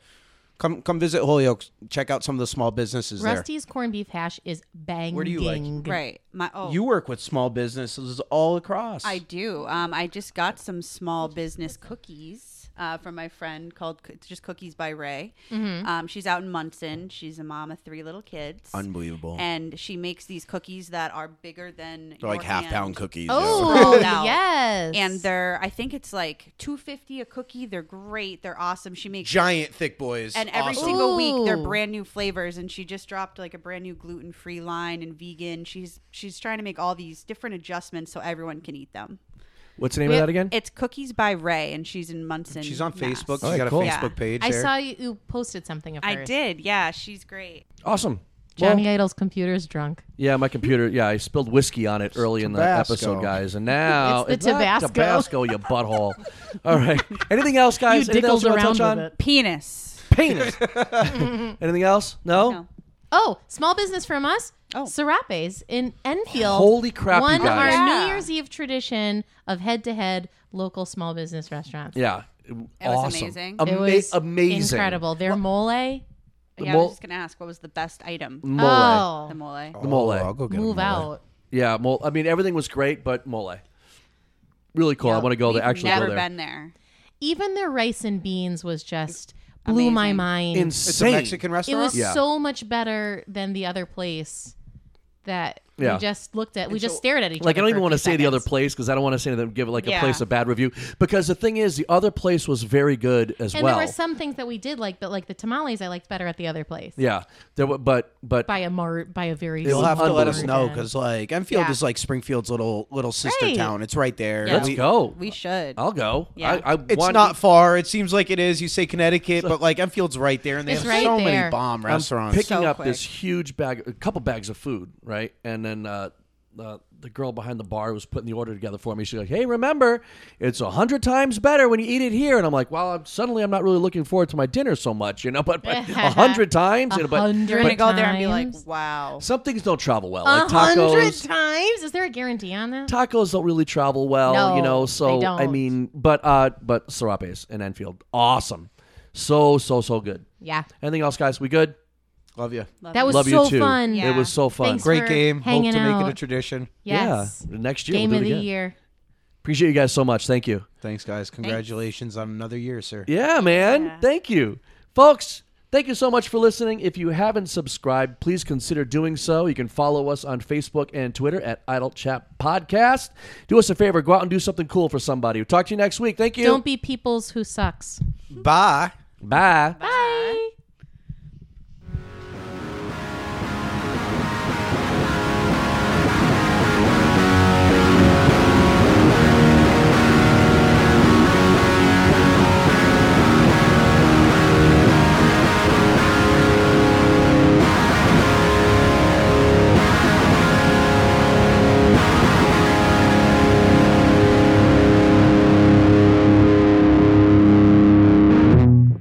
S3: come come visit Holyoke, check out some of the small businesses there.
S1: Rusty's corned beef hash is banging.
S3: do you like?
S4: Right. My oh.
S3: You work with small businesses all across.
S4: I do. Um, I just got some small business cookies uh, from my friend called Coo- it's just Cookies by Ray.
S3: Mm-hmm.
S4: Um, she's out in Munson. She's a mom of three little kids.
S3: Unbelievable.
S4: And she makes these cookies that are bigger than
S3: They're like
S4: your
S3: half pound
S4: hand.
S3: cookies.
S1: Oh,
S4: Rolled out.
S1: yes.
S4: And they're I think it's like two fifty a cookie. They're great. They're awesome. She makes
S3: Giant thick boys.
S4: and every
S3: Awesome.
S4: single week they're
S1: Ooh.
S4: brand new flavors and she just dropped like a brand new gluten free line and vegan. She's she's trying to make all these different adjustments so everyone can eat them.
S2: What's the name of
S1: Yeah,
S2: that again?
S4: It's Cookies by Ray, and she's in Munson.
S3: She's on
S4: Mass.
S3: Facebook.
S2: All
S3: She's
S2: right,
S3: got a
S2: cool.
S4: Yeah.
S3: Facebook page.
S1: I
S3: there.
S1: saw you, you posted something of
S4: I
S1: hers.
S4: did. Yeah, she's great.
S2: awesome. Well,
S1: Johnny Idol's computer's drunk.
S2: yeah, my computer. Yeah, I spilled whiskey on it early in the
S3: Tabasco.
S2: episode, guys, and now
S1: It's the
S2: not
S1: Tabasco.
S2: Tabasco, you butthole. All
S1: (laughs)
S2: right. Anything else, guys?
S1: you
S2: Anything else
S1: dickled
S2: you want to touch
S1: around
S2: on?
S1: with it.
S4: Penis.
S2: Penis.
S1: (laughs)
S2: (laughs) Anything else? No.
S4: No.
S1: Oh, small business from us.
S4: Oh.
S1: Serapes in Enfield.
S2: Holy crap, you
S1: Won
S2: guys.
S1: our
S4: Yeah.
S1: New Year's Eve tradition of head to head local small business restaurants.
S2: Yeah.
S4: was
S2: awesome.
S4: amazing. It
S2: Ama-
S1: It was
S2: amazing.
S1: Incredible. Their mole.
S2: The
S4: yeah, I
S2: mole-
S4: was just gonna ask what was the best
S3: Mm.
S4: item.
S2: Mole.
S4: The
S1: Oh,
S4: mole.
S2: The mole.
S3: go get a
S1: move
S3: mole.
S1: out.
S2: Yeah. Mole. I mean, everything was great, but mole. Really cool. I want to go there.
S4: We've
S2: Actually,
S4: never
S2: go there.
S4: been there.
S1: Even their rice and beans was just blew my
S4: Amazing.
S1: mind.
S2: Insane.
S3: It's a Mexican
S1: it
S3: restaurant.
S1: was
S2: Yeah.
S1: so much better than the other place that
S2: Yeah.
S1: we just looked at. We just stared at each
S2: like I
S1: other.
S2: don't even
S1: want to
S2: say the other place because I don't want to say them give like a
S4: Yeah.
S2: place a bad review because the thing is the other place was very good as
S1: And
S2: well.
S1: there were some things that we did like, but like the tamales, I liked better at the other place.
S2: yeah, there were, but but
S1: By a mart, by a very.
S3: You'll have to let us
S1: small
S3: know
S1: margin.
S3: because like Enfield
S4: Yeah.
S3: is like Springfield's little little sister
S1: Right.
S3: town. It's right there.
S4: Yeah.
S2: let's
S3: We-
S2: go.
S4: We should.
S2: I'll go.
S4: Yeah.
S2: I, I
S3: It's
S2: want-
S3: not far. It seems like it is. You say Connecticut, but like Enfield's right there, and they
S1: It's
S3: have
S1: right
S3: so many
S1: there.
S3: bomb
S2: I'm
S3: restaurants.
S2: picking
S4: So
S2: up
S4: quick.
S2: this huge bag, a couple bags of food, right, and then uh, uh, the girl behind the bar was putting the order together for me. She's like, "Hey, remember, it's a hundred times better when you eat it here." And I'm like, "Well, I'm, suddenly I'm not really looking forward to my dinner so much, you know." (laughs) But but a hundred times, you know, but
S4: You're gonna
S1: Hundred
S4: go there and be like,
S1: times.
S4: wow.
S2: some things don't travel well.
S1: A
S2: Like
S1: hundred
S2: tacos,
S1: times? Is there a guarantee on that?
S2: tacos don't really travel well,
S1: No,
S2: you know.
S1: they
S2: So I
S1: don't.
S2: mean, but uh, but Serapes and Enfield, awesome, so so so good.
S1: Yeah.
S2: Anything else, guys? We good?
S3: Love you.
S1: That was
S2: Love
S1: so
S2: you too.
S1: fun.
S4: Yeah.
S2: It was so fun.
S1: Thanks.
S3: Great
S1: for
S3: game. Hope
S1: hanging
S3: to make it a
S1: out.
S3: tradition.
S1: Yes.
S2: Yeah, next year
S1: Game
S2: we'll
S1: of
S2: do
S1: the
S2: it again.
S1: year.
S2: Appreciate you guys so much. Thank you.
S3: Thanks, guys. Congratulations on another year, sir.
S2: Yeah, man.
S4: Yeah.
S2: Thank you. Folks, thank you so much for listening. If you haven't subscribed, please consider doing so. You can follow us on Facebook and Twitter at Idle Chat Podcast. Do us a favor, go out and do something cool for somebody. We'll talk to you next week. Thank you.
S1: Don't be peoples who sucks.
S3: Bye.
S2: Bye.
S1: Bye.